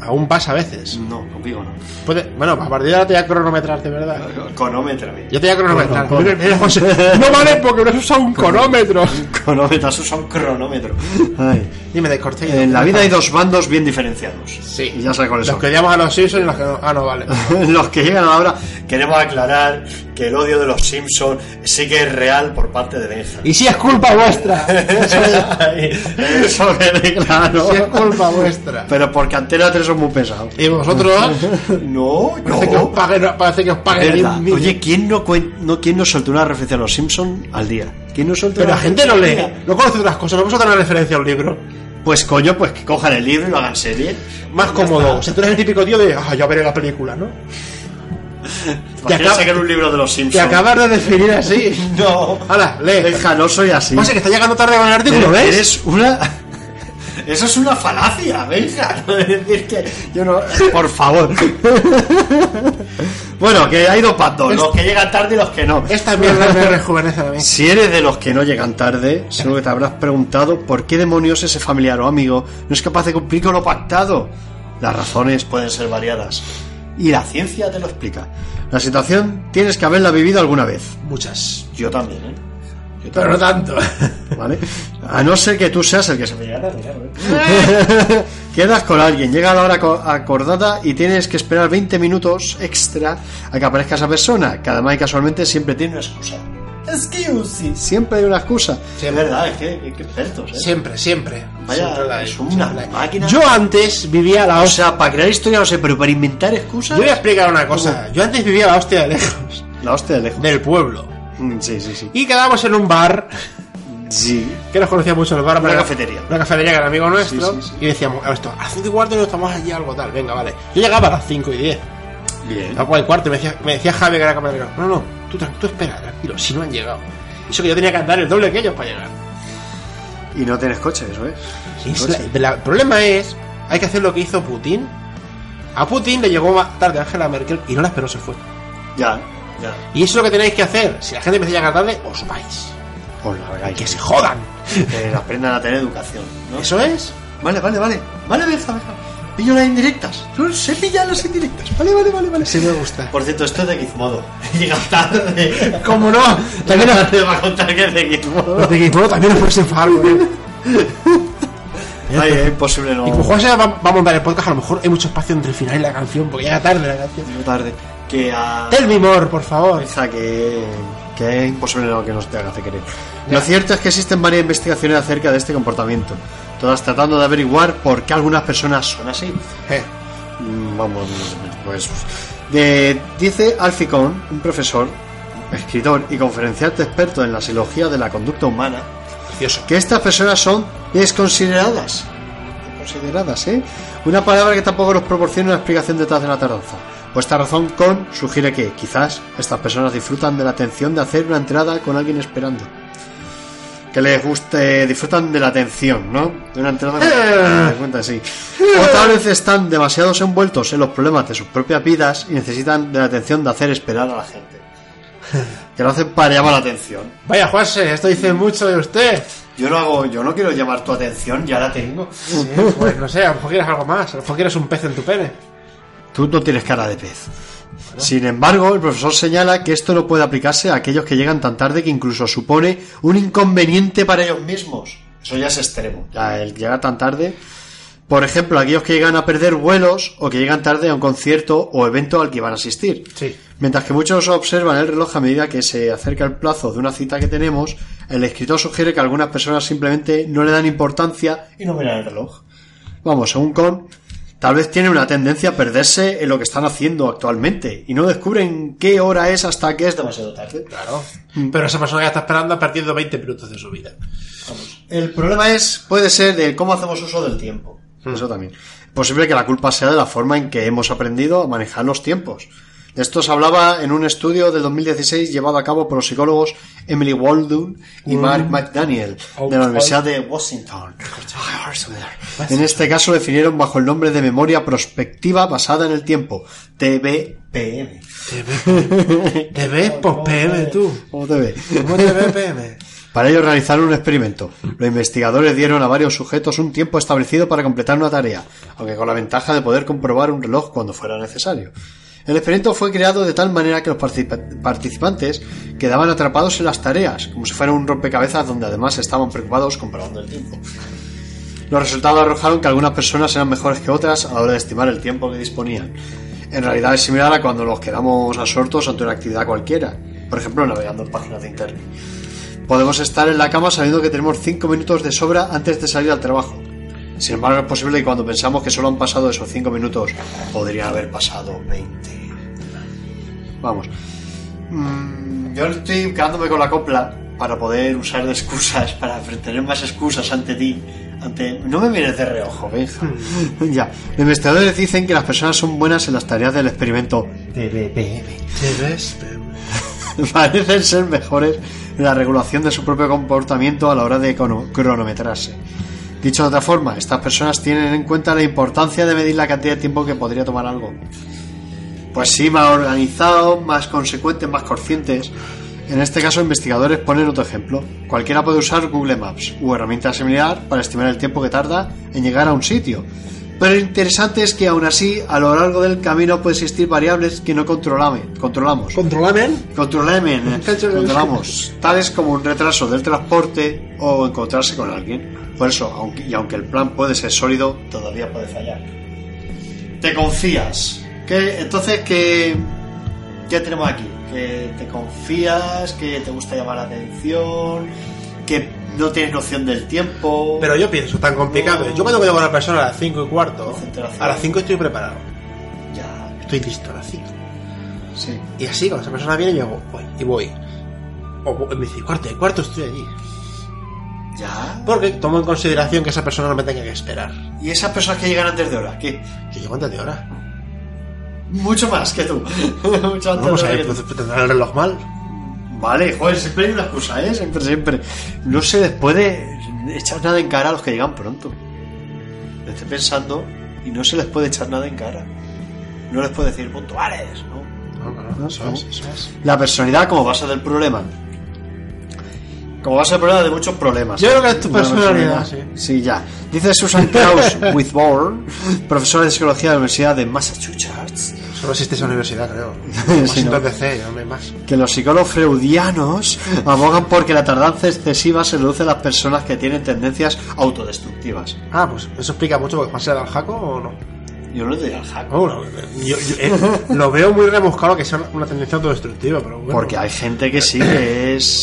[SPEAKER 6] Aún pasa a veces.
[SPEAKER 5] No, conmigo no.
[SPEAKER 6] Puede- bueno, a partir de ahora te voy a cronometrar, de verdad.
[SPEAKER 5] Conómetrame.
[SPEAKER 6] Yo te voy a cronometrar.
[SPEAKER 5] Cono, cono.
[SPEAKER 6] pues, Mira, mira, José, No vale porque no has usado un cronómetro.
[SPEAKER 5] Cronómetro, eso son cronómetro. Ay.
[SPEAKER 6] Dime, descorté.
[SPEAKER 5] En la vida hay dos bandos bien diferenciados.
[SPEAKER 6] Sí.
[SPEAKER 5] Y ya sabes cuáles
[SPEAKER 6] Los
[SPEAKER 5] son.
[SPEAKER 6] que odiamos a los Simpsons y los que no. Ah, no, vale.
[SPEAKER 5] los que llegan ahora, queremos aclarar que el odio de los Simpsons sí que es real por parte de Benja.
[SPEAKER 6] Y si es culpa vuestra.
[SPEAKER 5] Eso me declaro.
[SPEAKER 6] Si es culpa vuestra.
[SPEAKER 5] Pero porque Antena 3 son muy pesados.
[SPEAKER 6] Y vosotros.
[SPEAKER 5] No,
[SPEAKER 6] Parece que os paguen, parece que os paguen
[SPEAKER 5] Verdad.
[SPEAKER 6] ahí un
[SPEAKER 5] Oye, ¿quién no, cuen- no, ¿quién no soltó una referencia a los Simpson al día? ¿Quién no soltó
[SPEAKER 6] Pero
[SPEAKER 5] una
[SPEAKER 6] la gente no
[SPEAKER 5] referencia
[SPEAKER 6] lee,
[SPEAKER 5] al día?
[SPEAKER 6] no conoce otras cosas, no conoce otra referencia a un libro.
[SPEAKER 5] Pues coño, pues que cojan el libro y lo hagan serie.
[SPEAKER 6] Más cómodo. O sea, tú eres el típico tío de, ah, yo veré la película, ¿no?
[SPEAKER 5] Imagínate
[SPEAKER 6] acaba-
[SPEAKER 5] sacar un libro de los
[SPEAKER 6] Te
[SPEAKER 5] Simpson.
[SPEAKER 6] acabas de definir así.
[SPEAKER 5] No.
[SPEAKER 6] Hala, lee.
[SPEAKER 5] Deja, no soy así.
[SPEAKER 6] Pasa que está llegando tarde con el artículo,
[SPEAKER 5] Eres-
[SPEAKER 6] ¿ves?
[SPEAKER 5] Eres una. Eso es una falacia, venga. No es decir que yo no. Por favor. bueno, que hay dos bandos, los que llegan tarde y los que no.
[SPEAKER 6] Esta mierda me rejuvenece a mí.
[SPEAKER 5] Si eres de los que no llegan tarde, seguro que te habrás preguntado por qué demonios ese familiar o amigo no es capaz de cumplir con lo pactado. Las razones pueden ser variadas. Y la ciencia te lo explica. La situación tienes que haberla vivido alguna vez.
[SPEAKER 6] Muchas.
[SPEAKER 5] Yo también, ¿eh? Yo
[SPEAKER 6] Pero no tanto.
[SPEAKER 5] ¿Vale? A no ser que tú seas el que se me llegara a tirar, ¿eh? Quedas con alguien, llega la hora co- acordada y tienes que esperar 20 minutos extra a que aparezca esa persona, que además y casualmente siempre tiene una excusa. Excuse me. Siempre hay una excusa.
[SPEAKER 6] Sí, es verdad,
[SPEAKER 5] es que, expertos,
[SPEAKER 6] Siempre, siempre.
[SPEAKER 5] Vaya,
[SPEAKER 6] Siempre la-
[SPEAKER 5] es una
[SPEAKER 6] siempre la-
[SPEAKER 5] máquina.
[SPEAKER 6] Yo antes vivía la
[SPEAKER 5] O
[SPEAKER 6] hostia.
[SPEAKER 5] sea, para crear historia no sé, pero para inventar excusas.
[SPEAKER 6] Yo voy a explicar una cosa. Yo antes vivía la hostia de lejos.
[SPEAKER 5] La hostia de lejos.
[SPEAKER 6] Del pueblo.
[SPEAKER 5] Mm, Sí, sí, sí.
[SPEAKER 6] Y quedamos en un bar.
[SPEAKER 5] Sí.
[SPEAKER 6] que nos conocía mucho el bar,
[SPEAKER 5] Una
[SPEAKER 6] pero-
[SPEAKER 5] cafetería.
[SPEAKER 6] Una cafetería que era amigo nuestro.
[SPEAKER 5] Sí, sí, sí.
[SPEAKER 6] Y decíamos, a esto, a las 5 y cuarto nos tomamos allí algo tal, venga, vale. Yo llegaba a las 5 y 10.
[SPEAKER 5] Bien.
[SPEAKER 6] A las 4 y cuarto, me decía, me decía Javi que era camarero. No, no, tú, tran- tú espera, tranquilo, si no han llegado. Eso que yo tenía que andar el doble que ellos para llegar.
[SPEAKER 5] Y no tienes coche, eso es.
[SPEAKER 6] Es
[SPEAKER 2] Pues
[SPEAKER 6] la- la- el problema es, hay que hacer lo que hizo Putin. A Putin le llegó más tarde Angela Merkel y no la esperó, se fue.
[SPEAKER 5] Ya, ya.
[SPEAKER 6] Y eso es lo que tenéis que hacer. Si la gente empieza a llegar tarde, os vais. Pues
[SPEAKER 5] Os largáis.
[SPEAKER 6] Que se jodan.
[SPEAKER 5] Que aprendan a tener educación, ¿no?
[SPEAKER 6] Eso es.
[SPEAKER 5] Vale, vale, vale. Vale, Benja, Benja. Pillo las indirectas. Yo sé pillar las indirectas. Vale, vale, vale, vale.
[SPEAKER 6] Sí me gusta.
[SPEAKER 5] Por cierto, esto es de Gizmodo. Llega tarde.
[SPEAKER 6] ¿Cómo no? También
[SPEAKER 5] Te va a contar que es de Gizmodo.
[SPEAKER 6] Los de Gizmodo también nos puedes enfadar con él.
[SPEAKER 5] Ay, es imposible no.
[SPEAKER 2] ¿eh? Y con Juan se va, va a montar el podcast, a lo mejor hay mucho espacio entre el final y la canción, porque llega tarde la canción.
[SPEAKER 5] Muy tarde. Que a.
[SPEAKER 2] Tell me more, por favor.
[SPEAKER 5] Esa que, que es imposible no que nos te haga querer. Lo cierto es que existen varias investigaciones acerca de este comportamiento, todas tratando de averiguar por qué algunas personas son así.
[SPEAKER 2] Eh,
[SPEAKER 5] Mm, Vamos, pues. de- dice Alficón, un profesor, escritor y conferenciante experto en la psicología de la conducta humana,
[SPEAKER 2] precioso.
[SPEAKER 5] que estas personas son desconsideradas. Desconsideradas, ¿eh? Una palabra que tampoco nos proporciona una explicación detrás de la tardanza. Por esta razón, Con sugiere que, quizás, estas personas disfrutan de la atención de hacer una entrada con alguien esperando. Que les guste, disfrutan de la atención, ¿no? De una entrada con de cuenta, sí. O tal vez están demasiado envueltos en los problemas de sus propias vidas y necesitan de la atención de hacer esperar a la gente. Que lo hacen para llamar la atención.
[SPEAKER 2] Vaya, Juanse, esto dice mucho de usted.
[SPEAKER 5] Yo no hago, yo no quiero llamar tu atención, ya la tengo.
[SPEAKER 2] Pues no sé, a lo mejor quieres algo más, a lo mejor quieres un pez en tu pene.
[SPEAKER 5] Tú no tienes cara de pez. Sin embargo, el profesor señala que esto no puede aplicarse a aquellos que llegan tan tarde que incluso supone un inconveniente para ellos mismos. Eso ya es extremo. Ya, el llegar tan tarde. Por ejemplo, aquellos que llegan a perder vuelos o que llegan tarde a un concierto o evento al que van a asistir.
[SPEAKER 2] Sí.
[SPEAKER 5] Mientras que muchos observan el reloj a medida que se acerca el plazo de una cita que tenemos, el escritor sugiere que algunas personas simplemente no le dan importancia y no miran el reloj. Vamos, según Con, tal vez tienen una tendencia a perderse en lo que están haciendo actualmente y no descubren qué hora es hasta que es demasiado tarde.
[SPEAKER 2] Claro. Pero esa persona que está esperando ha perdido 20 minutos de su vida.
[SPEAKER 5] El problema es, puede ser, de cómo hacemos uso del tiempo. Eso también. Posible que la culpa sea de la forma en que hemos aprendido a manejar los tiempos. De esto se hablaba en un estudio del 2016 llevado a cabo por los psicólogos Emily Waldun y Mark McDaniel de la Universidad de Washington. En este caso lo definieron bajo el nombre de memoria prospectiva basada en el tiempo, TBPM.
[SPEAKER 2] ¿Te ves por PM tú?
[SPEAKER 5] ¿Cómo te ve?
[SPEAKER 2] ¿Cómo te ves PM?
[SPEAKER 5] Para ello realizaron un experimento. Los investigadores dieron a varios sujetos un tiempo establecido para completar una tarea, aunque con la ventaja de poder comprobar un reloj cuando fuera necesario. El experimento fue creado de tal manera que los participa- participantes quedaban atrapados en las tareas, como si fuera un rompecabezas donde además estaban preocupados comprobando el tiempo. Los resultados arrojaron que algunas personas eran mejores que otras a la hora de estimar el tiempo que disponían. En realidad es similar a cuando nos quedamos absortos ante una actividad cualquiera, por ejemplo navegando en páginas de internet. Podemos estar en la cama sabiendo que tenemos 5 minutos de sobra antes de salir al trabajo. Sin embargo, es posible que cuando pensamos que solo han pasado esos 5 minutos, podrían haber pasado 20. Vamos. Mm, yo estoy quedándome con la copla para poder usar de excusas, para tener más excusas ante ti. Ante... No me mires de reojo, venga. ya. Los investigadores dicen que las personas son buenas en las tareas del experimento
[SPEAKER 7] TBPM.
[SPEAKER 2] ¿Te ves PM?
[SPEAKER 5] parecen ser mejores en la regulación de su propio comportamiento a la hora de cono- cronometrarse. Dicho de otra forma, estas personas tienen en cuenta la importancia de medir la cantidad de tiempo que podría tomar algo. Pues sí, más organizados, más consecuentes, más conscientes. En este caso, investigadores ponen otro ejemplo. Cualquiera puede usar Google Maps u herramienta similar para estimar el tiempo que tarda en llegar a un sitio. Pero lo interesante es que aún así, a lo largo del camino puede existir variables que no controlame- controlamos.
[SPEAKER 2] ¿Controlame?
[SPEAKER 5] Controlame, eh, controlamos, tales como un retraso del transporte o encontrarse con alguien. Por eso, aunque, y aunque el plan puede ser sólido, todavía puede fallar. Te confías. ¿Qué, entonces, ¿qué, ¿qué tenemos aquí? Que te confías, que te gusta llamar la atención, que no tienes noción del tiempo.
[SPEAKER 2] Pero yo pienso, tan complicado. Yo cuando quedo con una persona a las 5 y cuarto,
[SPEAKER 5] Concentración.
[SPEAKER 2] a las 5 estoy preparado.
[SPEAKER 5] Ya,
[SPEAKER 2] Estoy listo a las 5.
[SPEAKER 5] sí.
[SPEAKER 2] Y así, cuando esa persona viene, yo hago, voy, y voy. O voy- me dice, cuarto, y cuarto estoy allí.
[SPEAKER 5] Ya.
[SPEAKER 2] Porque tomo en consideración que esa persona no me tenga que esperar.
[SPEAKER 5] ¿Y esas personas que llegan antes de hora? ¿Qué?
[SPEAKER 2] Yo llego antes de hora.
[SPEAKER 5] Mucho más que tú. Mucho antes
[SPEAKER 2] Vamos
[SPEAKER 5] de
[SPEAKER 2] a
[SPEAKER 5] hora
[SPEAKER 2] ver,
[SPEAKER 5] que tú.
[SPEAKER 2] pues, tendrá el reloj mal.
[SPEAKER 5] Vale, joder, siempre hay una excusa, ¿eh? Siempre, siempre. No se les puede echar nada en cara a los que llegan pronto. Lo estoy pensando y no se les puede echar nada en cara. No les puede decir puntuales, ¿no?
[SPEAKER 2] No, no, no, eso es, eso es.
[SPEAKER 5] La personalidad como base del problema. Como base del problema de muchos problemas.
[SPEAKER 2] Yo creo que es tu
[SPEAKER 5] Una
[SPEAKER 2] personalidad,
[SPEAKER 5] Sí, ya. Dice Susan Kraus Withborn, profesora de psicología de la Universidad de Massachusetts.
[SPEAKER 6] Solo existe esa universidad, creo.
[SPEAKER 5] Sí, ¿no?
[SPEAKER 6] Washington DC, no hay más.
[SPEAKER 5] Que los psicólogos freudianos abogan porque la tardanza excesiva se reduce a las personas que tienen tendencias autodestructivas.
[SPEAKER 6] Ah, pues eso explica mucho porque Juan se le da al jaco o no.
[SPEAKER 15] Yo no te digo al jaco.
[SPEAKER 6] No, no, yo- yo, eh, lo veo muy rebuscado que sea una tendencia autodestructiva, pero bueno.
[SPEAKER 5] Porque hay gente que sí que es.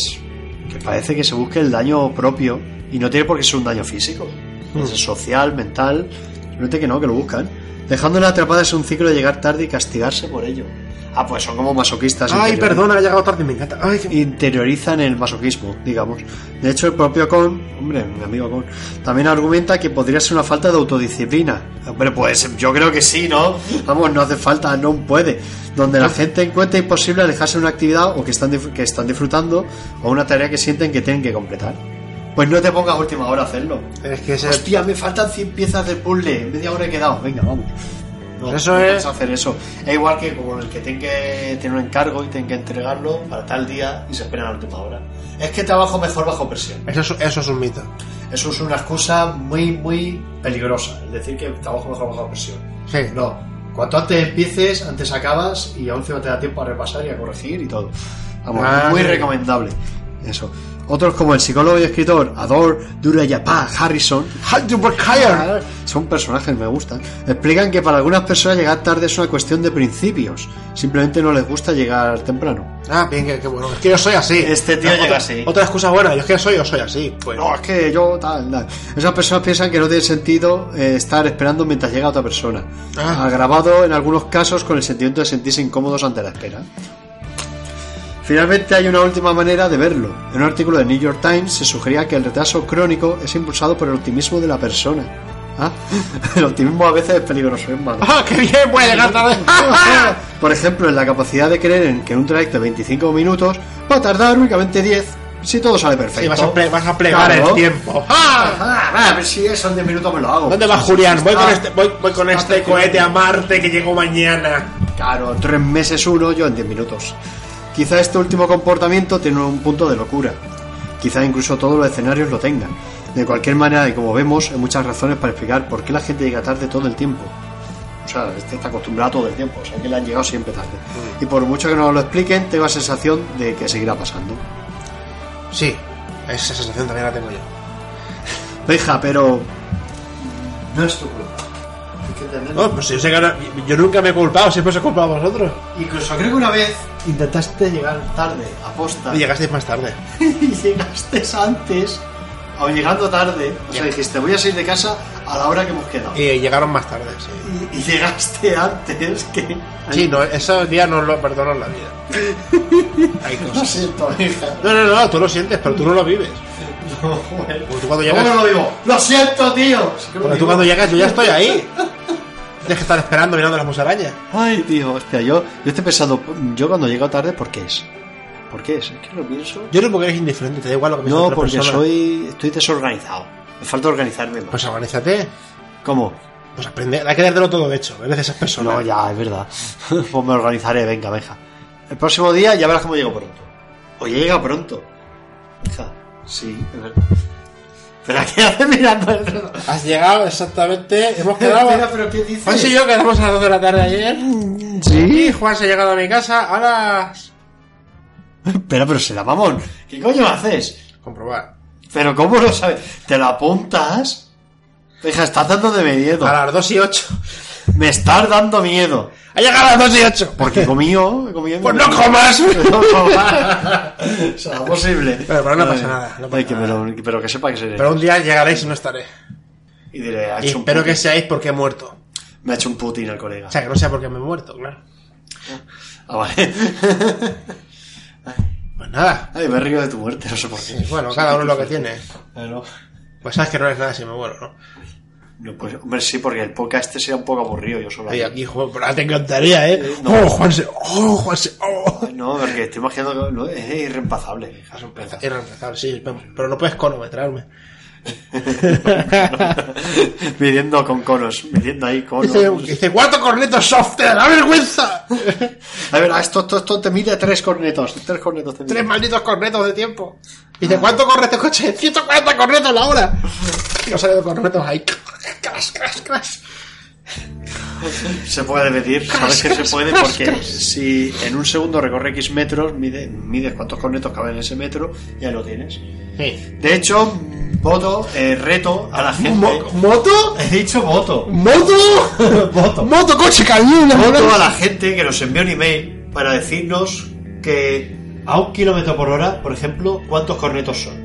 [SPEAKER 5] que parece que se busque el daño propio y no tiene por qué ser un daño físico.
[SPEAKER 15] Hmm.
[SPEAKER 5] Es social, mental. Simplemente que no, que lo buscan. Dejándole atrapada es un ciclo de llegar tarde y castigarse por ello. Ah, pues son como masoquistas.
[SPEAKER 6] Ay,
[SPEAKER 5] interiores.
[SPEAKER 6] perdona, he llegado tarde, me encanta. Ay, qué-
[SPEAKER 5] interiorizan el masoquismo, digamos. De hecho, el propio Con, hombre, mi amigo Con, también argumenta que podría ser una falta de autodisciplina. Hombre, pues yo creo que sí, ¿no? Vamos, no hace falta, no puede. Donde la gente encuentra imposible alejarse de una actividad o que están, dif- que están disfrutando o una tarea que sienten que tienen que completar. Pues no te pongas a última hora a hacerlo.
[SPEAKER 6] es que ese-
[SPEAKER 5] Hostia, me faltan 100 piezas del puzzle, media hora he quedado, venga, vamos. No,
[SPEAKER 6] Eso
[SPEAKER 5] no
[SPEAKER 6] es-
[SPEAKER 5] puedes hacer eso. Es igual que como el que tiene que tener un encargo y tiene que entregarlo para tal día y se espera a la última hora. Es que trabajo mejor bajo presión.
[SPEAKER 6] eso, es, eso es un mito.
[SPEAKER 5] Eso es una excusa muy, muy peligrosa. El decir que trabajo mejor bajo presión.
[SPEAKER 6] Sí,
[SPEAKER 5] No. Cuanto antes empieces, antes acabas y aún si no te da tiempo a repasar y a corregir y todo. Vamos,
[SPEAKER 6] Ah,
[SPEAKER 5] muy
[SPEAKER 6] sí.
[SPEAKER 5] recomendable. Eso. Otros como el psicólogo y escritor Ador Durayapá Harrison son personajes, me gustan. Explican que para algunas personas llegar tarde es una cuestión de principios. Simplemente no les gusta llegar temprano.
[SPEAKER 6] Ah, bien, qué, qué bueno. Es que yo soy así.
[SPEAKER 5] Este tío
[SPEAKER 6] otra,
[SPEAKER 5] llega así.
[SPEAKER 6] Otra excusa buena, yo es que soy, yo soy así. Pues
[SPEAKER 5] No, es que yo tal, tal. Esas personas piensan que no tiene sentido eh, estar esperando mientras llega otra persona.
[SPEAKER 6] Ah.
[SPEAKER 5] Agravado en algunos casos con el sentimiento de sentirse incómodos ante la espera. Finalmente hay una última manera de verlo. En un artículo de New York Times se sugería que el retraso crónico es impulsado por el optimismo de la persona. Ah, el optimismo a veces es peligroso, es malo.
[SPEAKER 6] ¡Ah, qué bien! Voy a llegar tarde.
[SPEAKER 5] Por ejemplo, en la capacidad de creer en que un trayecto de 25 minutos va a tardar únicamente 10 si todo sale perfecto.
[SPEAKER 6] Sí, vas a, ple- vas a plegar
[SPEAKER 5] Claro.
[SPEAKER 6] el tiempo. ¡Ah!
[SPEAKER 5] Ah, a ver si eso en 10 minutos me lo hago.
[SPEAKER 6] ¿Dónde va Julián? Voy con
[SPEAKER 5] Ah,
[SPEAKER 6] este, voy, voy con
[SPEAKER 5] está
[SPEAKER 6] este
[SPEAKER 5] perfecto.
[SPEAKER 6] cohete a Marte que llego mañana.
[SPEAKER 5] Claro, tres meses uno, yo en 10 minutos. Quizá este último comportamiento tiene un punto de locura. Quizá incluso todos los escenarios lo tengan. De cualquier manera, y como vemos, hay muchas razones para explicar por qué la gente llega tarde todo el tiempo. O sea, este está acostumbrado todo el tiempo, o sea, que le han llegado siempre tarde. Y por mucho que nos lo expliquen, tengo la sensación de que seguirá pasando.
[SPEAKER 6] Sí, esa sensación también la tengo yo.
[SPEAKER 5] Deja, pero... No es tu culpa.
[SPEAKER 6] No, pues yo, sé que ahora- yo nunca me he culpado, siempre os he culpado a vosotros.
[SPEAKER 5] Incluso creo que una vez intentaste llegar tarde, aposta.
[SPEAKER 6] Y llegasteis más tarde.
[SPEAKER 5] y llegaste antes o llegando tarde, o sea, dijiste voy a salir de casa a la hora que hemos quedado.
[SPEAKER 6] Y llegaron más tarde, sí.
[SPEAKER 5] Y, y llegaste antes que...
[SPEAKER 6] Sí, no, eh. esos días no lo perdonan la vida. Hay
[SPEAKER 5] Lo
[SPEAKER 6] cosas.
[SPEAKER 5] siento, hija.
[SPEAKER 6] No, no, no, tú lo sientes, pero tú no lo vives.
[SPEAKER 5] No, joder.
[SPEAKER 6] Porque tú cuando
[SPEAKER 5] ¿Cómo
[SPEAKER 6] llegas.
[SPEAKER 5] no lo digo? ¡Lo siento, tío! Sí que lo
[SPEAKER 6] Porque tú
[SPEAKER 5] digo.
[SPEAKER 6] cuando llegas, yo ya estoy ahí. Tienes que estar esperando mirando las musarañas.
[SPEAKER 5] Ay, tío, hostia, yo, yo estoy pensando, yo cuando llego tarde, ¿por qué es? ¿Por qué es? Es que lo pienso...
[SPEAKER 6] Yo no porque eres indiferente, te da igual lo que me
[SPEAKER 5] No, porque soy... estoy desorganizado. Me falta organizarme más.
[SPEAKER 6] Pues organízate.
[SPEAKER 5] ¿Cómo?
[SPEAKER 6] Pues aprende. Hay que dártelo todo de hecho. Eres de esas personas.
[SPEAKER 5] No, ya, es verdad. pues me organizaré, venga, venga. El próximo día ya verás cómo llego pronto. O llega pronto. Hija, sí, es verdad. Pero aquí hace mirando el reloj.
[SPEAKER 6] Has llegado exactamente. Hemos quedado.
[SPEAKER 5] Mira, pero ¿qué dices?
[SPEAKER 6] Juan y yo quedamos a las 2 de la tarde ayer. Sí. Y Juan se ha llegado a mi casa a las.
[SPEAKER 5] Pero, pero será mamón. ¿Qué coño haces?
[SPEAKER 6] Comprobar.
[SPEAKER 5] Pero ¿cómo lo sabes? ¿Te lo apuntas? Hija, estás dándome miedo.
[SPEAKER 6] A las 2 y 8.
[SPEAKER 5] Me estás dando miedo.
[SPEAKER 6] ¡Ha llegado a las 2 y 8!
[SPEAKER 5] Porque comió, comió.
[SPEAKER 6] ¡Pues no comas!
[SPEAKER 5] No comas. Será posible. Eh,
[SPEAKER 6] Pero- pero no pasa nada, no pasa
[SPEAKER 5] Ay, que me
[SPEAKER 6] nada.
[SPEAKER 5] lo- pero que sepa que seré.
[SPEAKER 6] Pero un día llegaréis y no estaré.
[SPEAKER 5] Y diré, ha
[SPEAKER 6] Y
[SPEAKER 5] hecho un
[SPEAKER 6] espero
[SPEAKER 5] putin.
[SPEAKER 6] que seáis porque he muerto.
[SPEAKER 5] Me ha hecho un putin el colega.
[SPEAKER 6] O sea, que no sea porque me he muerto, claro.
[SPEAKER 5] Ah, vale.
[SPEAKER 6] Pues nada.
[SPEAKER 5] Ay, me río de tu muerte, no sé por qué.
[SPEAKER 6] Sí, Bueno, cada uno lo que tiene.
[SPEAKER 5] Claro.
[SPEAKER 6] Pues sabes que no eres nada si me muero, ¿no?
[SPEAKER 5] No, pues, hombre, sí, porque el podcast este sería un poco aburrido yo solo.
[SPEAKER 6] Y aquí, Juan, pero ahora te encantaría, ¿eh?
[SPEAKER 5] No.
[SPEAKER 6] ¡Oh, Juan se... ¡Oh, Juan se... ¡Oh!
[SPEAKER 5] Ay, No, porque estoy imaginando que no, es irreemplazable. hija.
[SPEAKER 6] Era reemplazable, sí, pero no puedes cronometrarme.
[SPEAKER 5] midiendo con conos, midiendo ahí conos.
[SPEAKER 6] Dice, dice, cuatro cornetos soft, te da vergüenza.
[SPEAKER 5] A ver, esto, esto, esto te mide tres cornetos. Tres cornetos te mide.
[SPEAKER 6] Tres malditos cornetos de tiempo. Dice, ¿cuánto corre este coche? 140 cornetos la hora. Y no salido cornetos ahí. Crash, crash, crash.
[SPEAKER 5] Se puede medir, sabes que se puede porque si en un segundo recorre X metros, mide- mides cuántos cornetos caben en ese metro, ya lo tienes. De hecho, voto, eh, reto a la gente.
[SPEAKER 6] ¿Moto?
[SPEAKER 5] He dicho voto.
[SPEAKER 6] ¿Moto?
[SPEAKER 16] Voto.
[SPEAKER 6] ¿Moto, coche, camión?
[SPEAKER 5] Voto a la gente que nos envió un email para decirnos que
[SPEAKER 16] A un kilómetro por hora, por ejemplo, ¿cuántos cornetos son?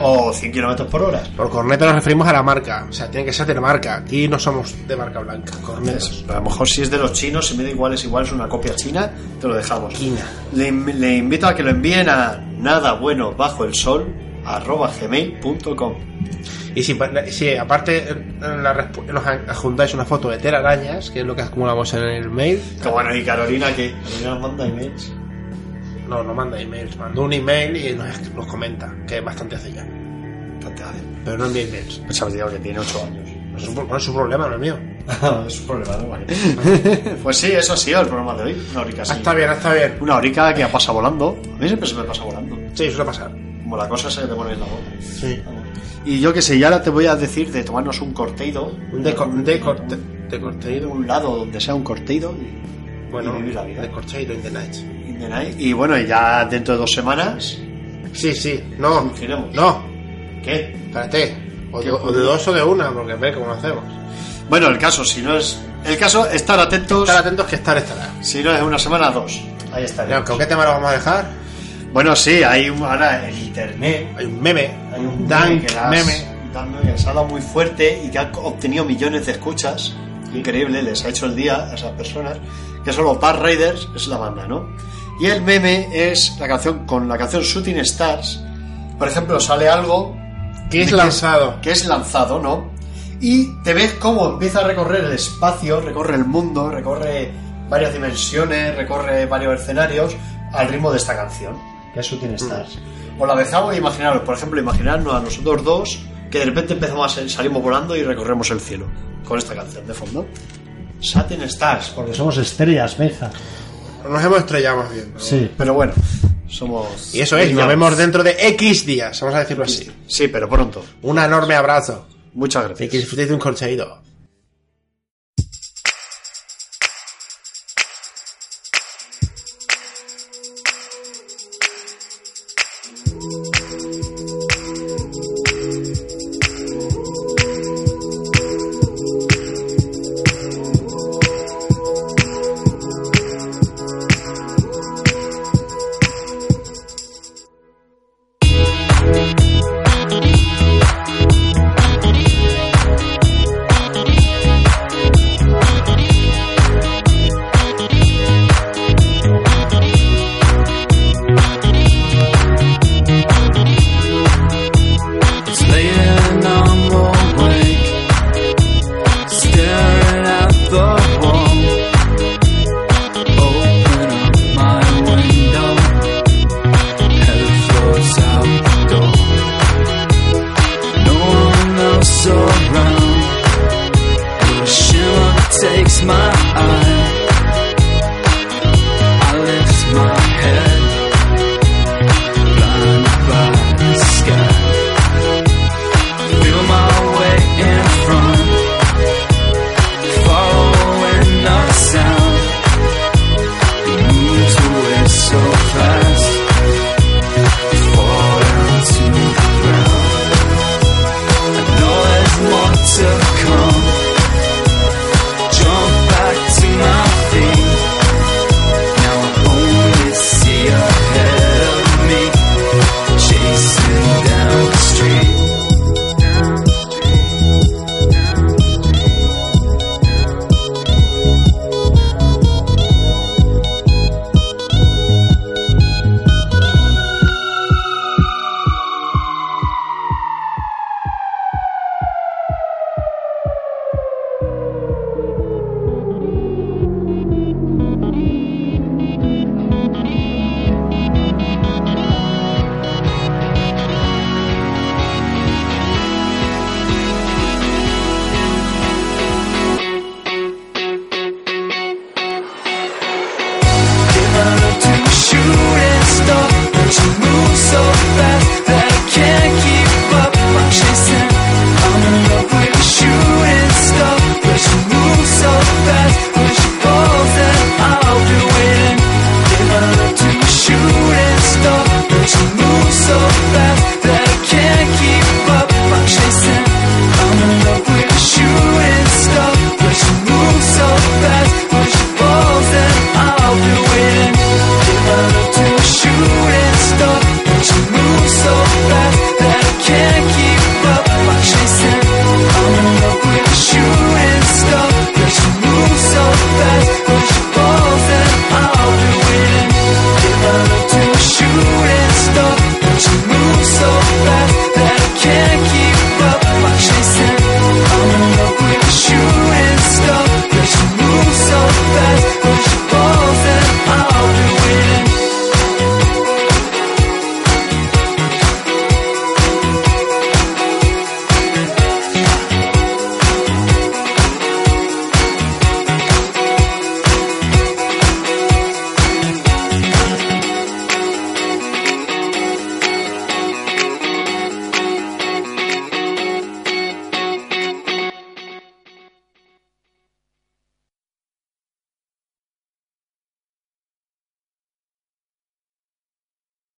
[SPEAKER 5] o 100 kilómetros por hora.
[SPEAKER 6] Por corneta nos referimos a la marca. O sea, tiene que ser de la marca. Aquí no somos de marca blanca. Cornetas.
[SPEAKER 5] A lo mejor si es de los chinos, si me da igual, es igual, es una copia china, te lo dejamos. Le, in- le invito a que lo envíen a nada bueno bajo el sol arroba gmail.com
[SPEAKER 6] Y si, si aparte en la respu- nos adjuntáis una foto de telarañas, que es lo que acumulamos en el mail,
[SPEAKER 5] Que bueno, y Carolina que Carolina nos manda emails.
[SPEAKER 6] no, no manda emails. Mandó un email y nos, nos comenta, que bastante hace ya. Pero no envía emails.
[SPEAKER 5] Pues sabes, digo que tiene 8 años.
[SPEAKER 6] No es, un, pro- no es su problema, no es mío.
[SPEAKER 5] es un problema, ¿no? Vale. pues sí, eso ha sido el programa de hoy. Una horica
[SPEAKER 6] Ah,
[SPEAKER 5] así.
[SPEAKER 6] está bien, está bien.
[SPEAKER 5] Una horica que ha pasado volando. A mí siempre se me pasa volando.
[SPEAKER 6] Sí, suele pasar.
[SPEAKER 5] Como la cosa se te pone en la boca.
[SPEAKER 6] Sí.
[SPEAKER 5] Y yo que sé, ya ahora te voy a decir de tomarnos un corteido.
[SPEAKER 6] Un deco- un decorte- decorteído.
[SPEAKER 5] De un lado donde sea un corteido. y-
[SPEAKER 6] Bueno,
[SPEAKER 5] Y vivir la vida.
[SPEAKER 6] decorteído in the night.
[SPEAKER 5] in the night. Y bueno, y ya dentro de dos semanas.
[SPEAKER 6] Sí, sí, no.
[SPEAKER 5] Fungiremos.
[SPEAKER 6] No,
[SPEAKER 5] ¿Qué?
[SPEAKER 6] espérate. O de, o de dos o de una, porque a ver cómo lo hacemos.
[SPEAKER 5] Bueno, el caso, si no es. El caso, estar atentos.
[SPEAKER 6] Estar atentos que estar estará.
[SPEAKER 5] Si no es una semana, dos. Ahí estaré.
[SPEAKER 6] ¿Con qué tema lo vamos a dejar?
[SPEAKER 5] Bueno, sí, hay un- ahora el internet.
[SPEAKER 6] Hay un meme.
[SPEAKER 5] Hay un
[SPEAKER 6] dank
[SPEAKER 5] meme que las-
[SPEAKER 6] meme.
[SPEAKER 5] Dan meme que se ha dado muy fuerte y que ha obtenido millones de escuchas. Increíble, les ha hecho el día a esas personas. Que son los Bad Raiders, es la banda, ¿no? Y el meme es la canción con la canción Shooting Stars. Por ejemplo, sale algo
[SPEAKER 6] Que es lanzado.
[SPEAKER 5] que es lanzado, ¿no? Y te ves cómo empieza a recorrer el espacio, recorre el mundo, recorre varias dimensiones, recorre varios escenarios al ritmo de esta canción. Que eso
[SPEAKER 6] Mm.
[SPEAKER 5] tiene stars. Os la dejamos imaginaros, por ejemplo, imaginarnos a nosotros dos que de repente empezamos a salimos volando y recorremos el cielo con esta canción de fondo. Satin Stars, porque
[SPEAKER 16] Porque
[SPEAKER 5] somos...
[SPEAKER 16] somos estrellas, venga.
[SPEAKER 6] Nos hemos estrellado más bien. ¿no?
[SPEAKER 16] Sí.
[SPEAKER 5] Pero bueno, somos...
[SPEAKER 6] Y eso es, nos vemos dentro de X días, vamos a decirlo así.
[SPEAKER 5] Sí, pero pronto.
[SPEAKER 6] Un enorme abrazo.
[SPEAKER 5] Muchas
[SPEAKER 6] Y
[SPEAKER 5] gracias.
[SPEAKER 6] que disfrutéis de un conseguido.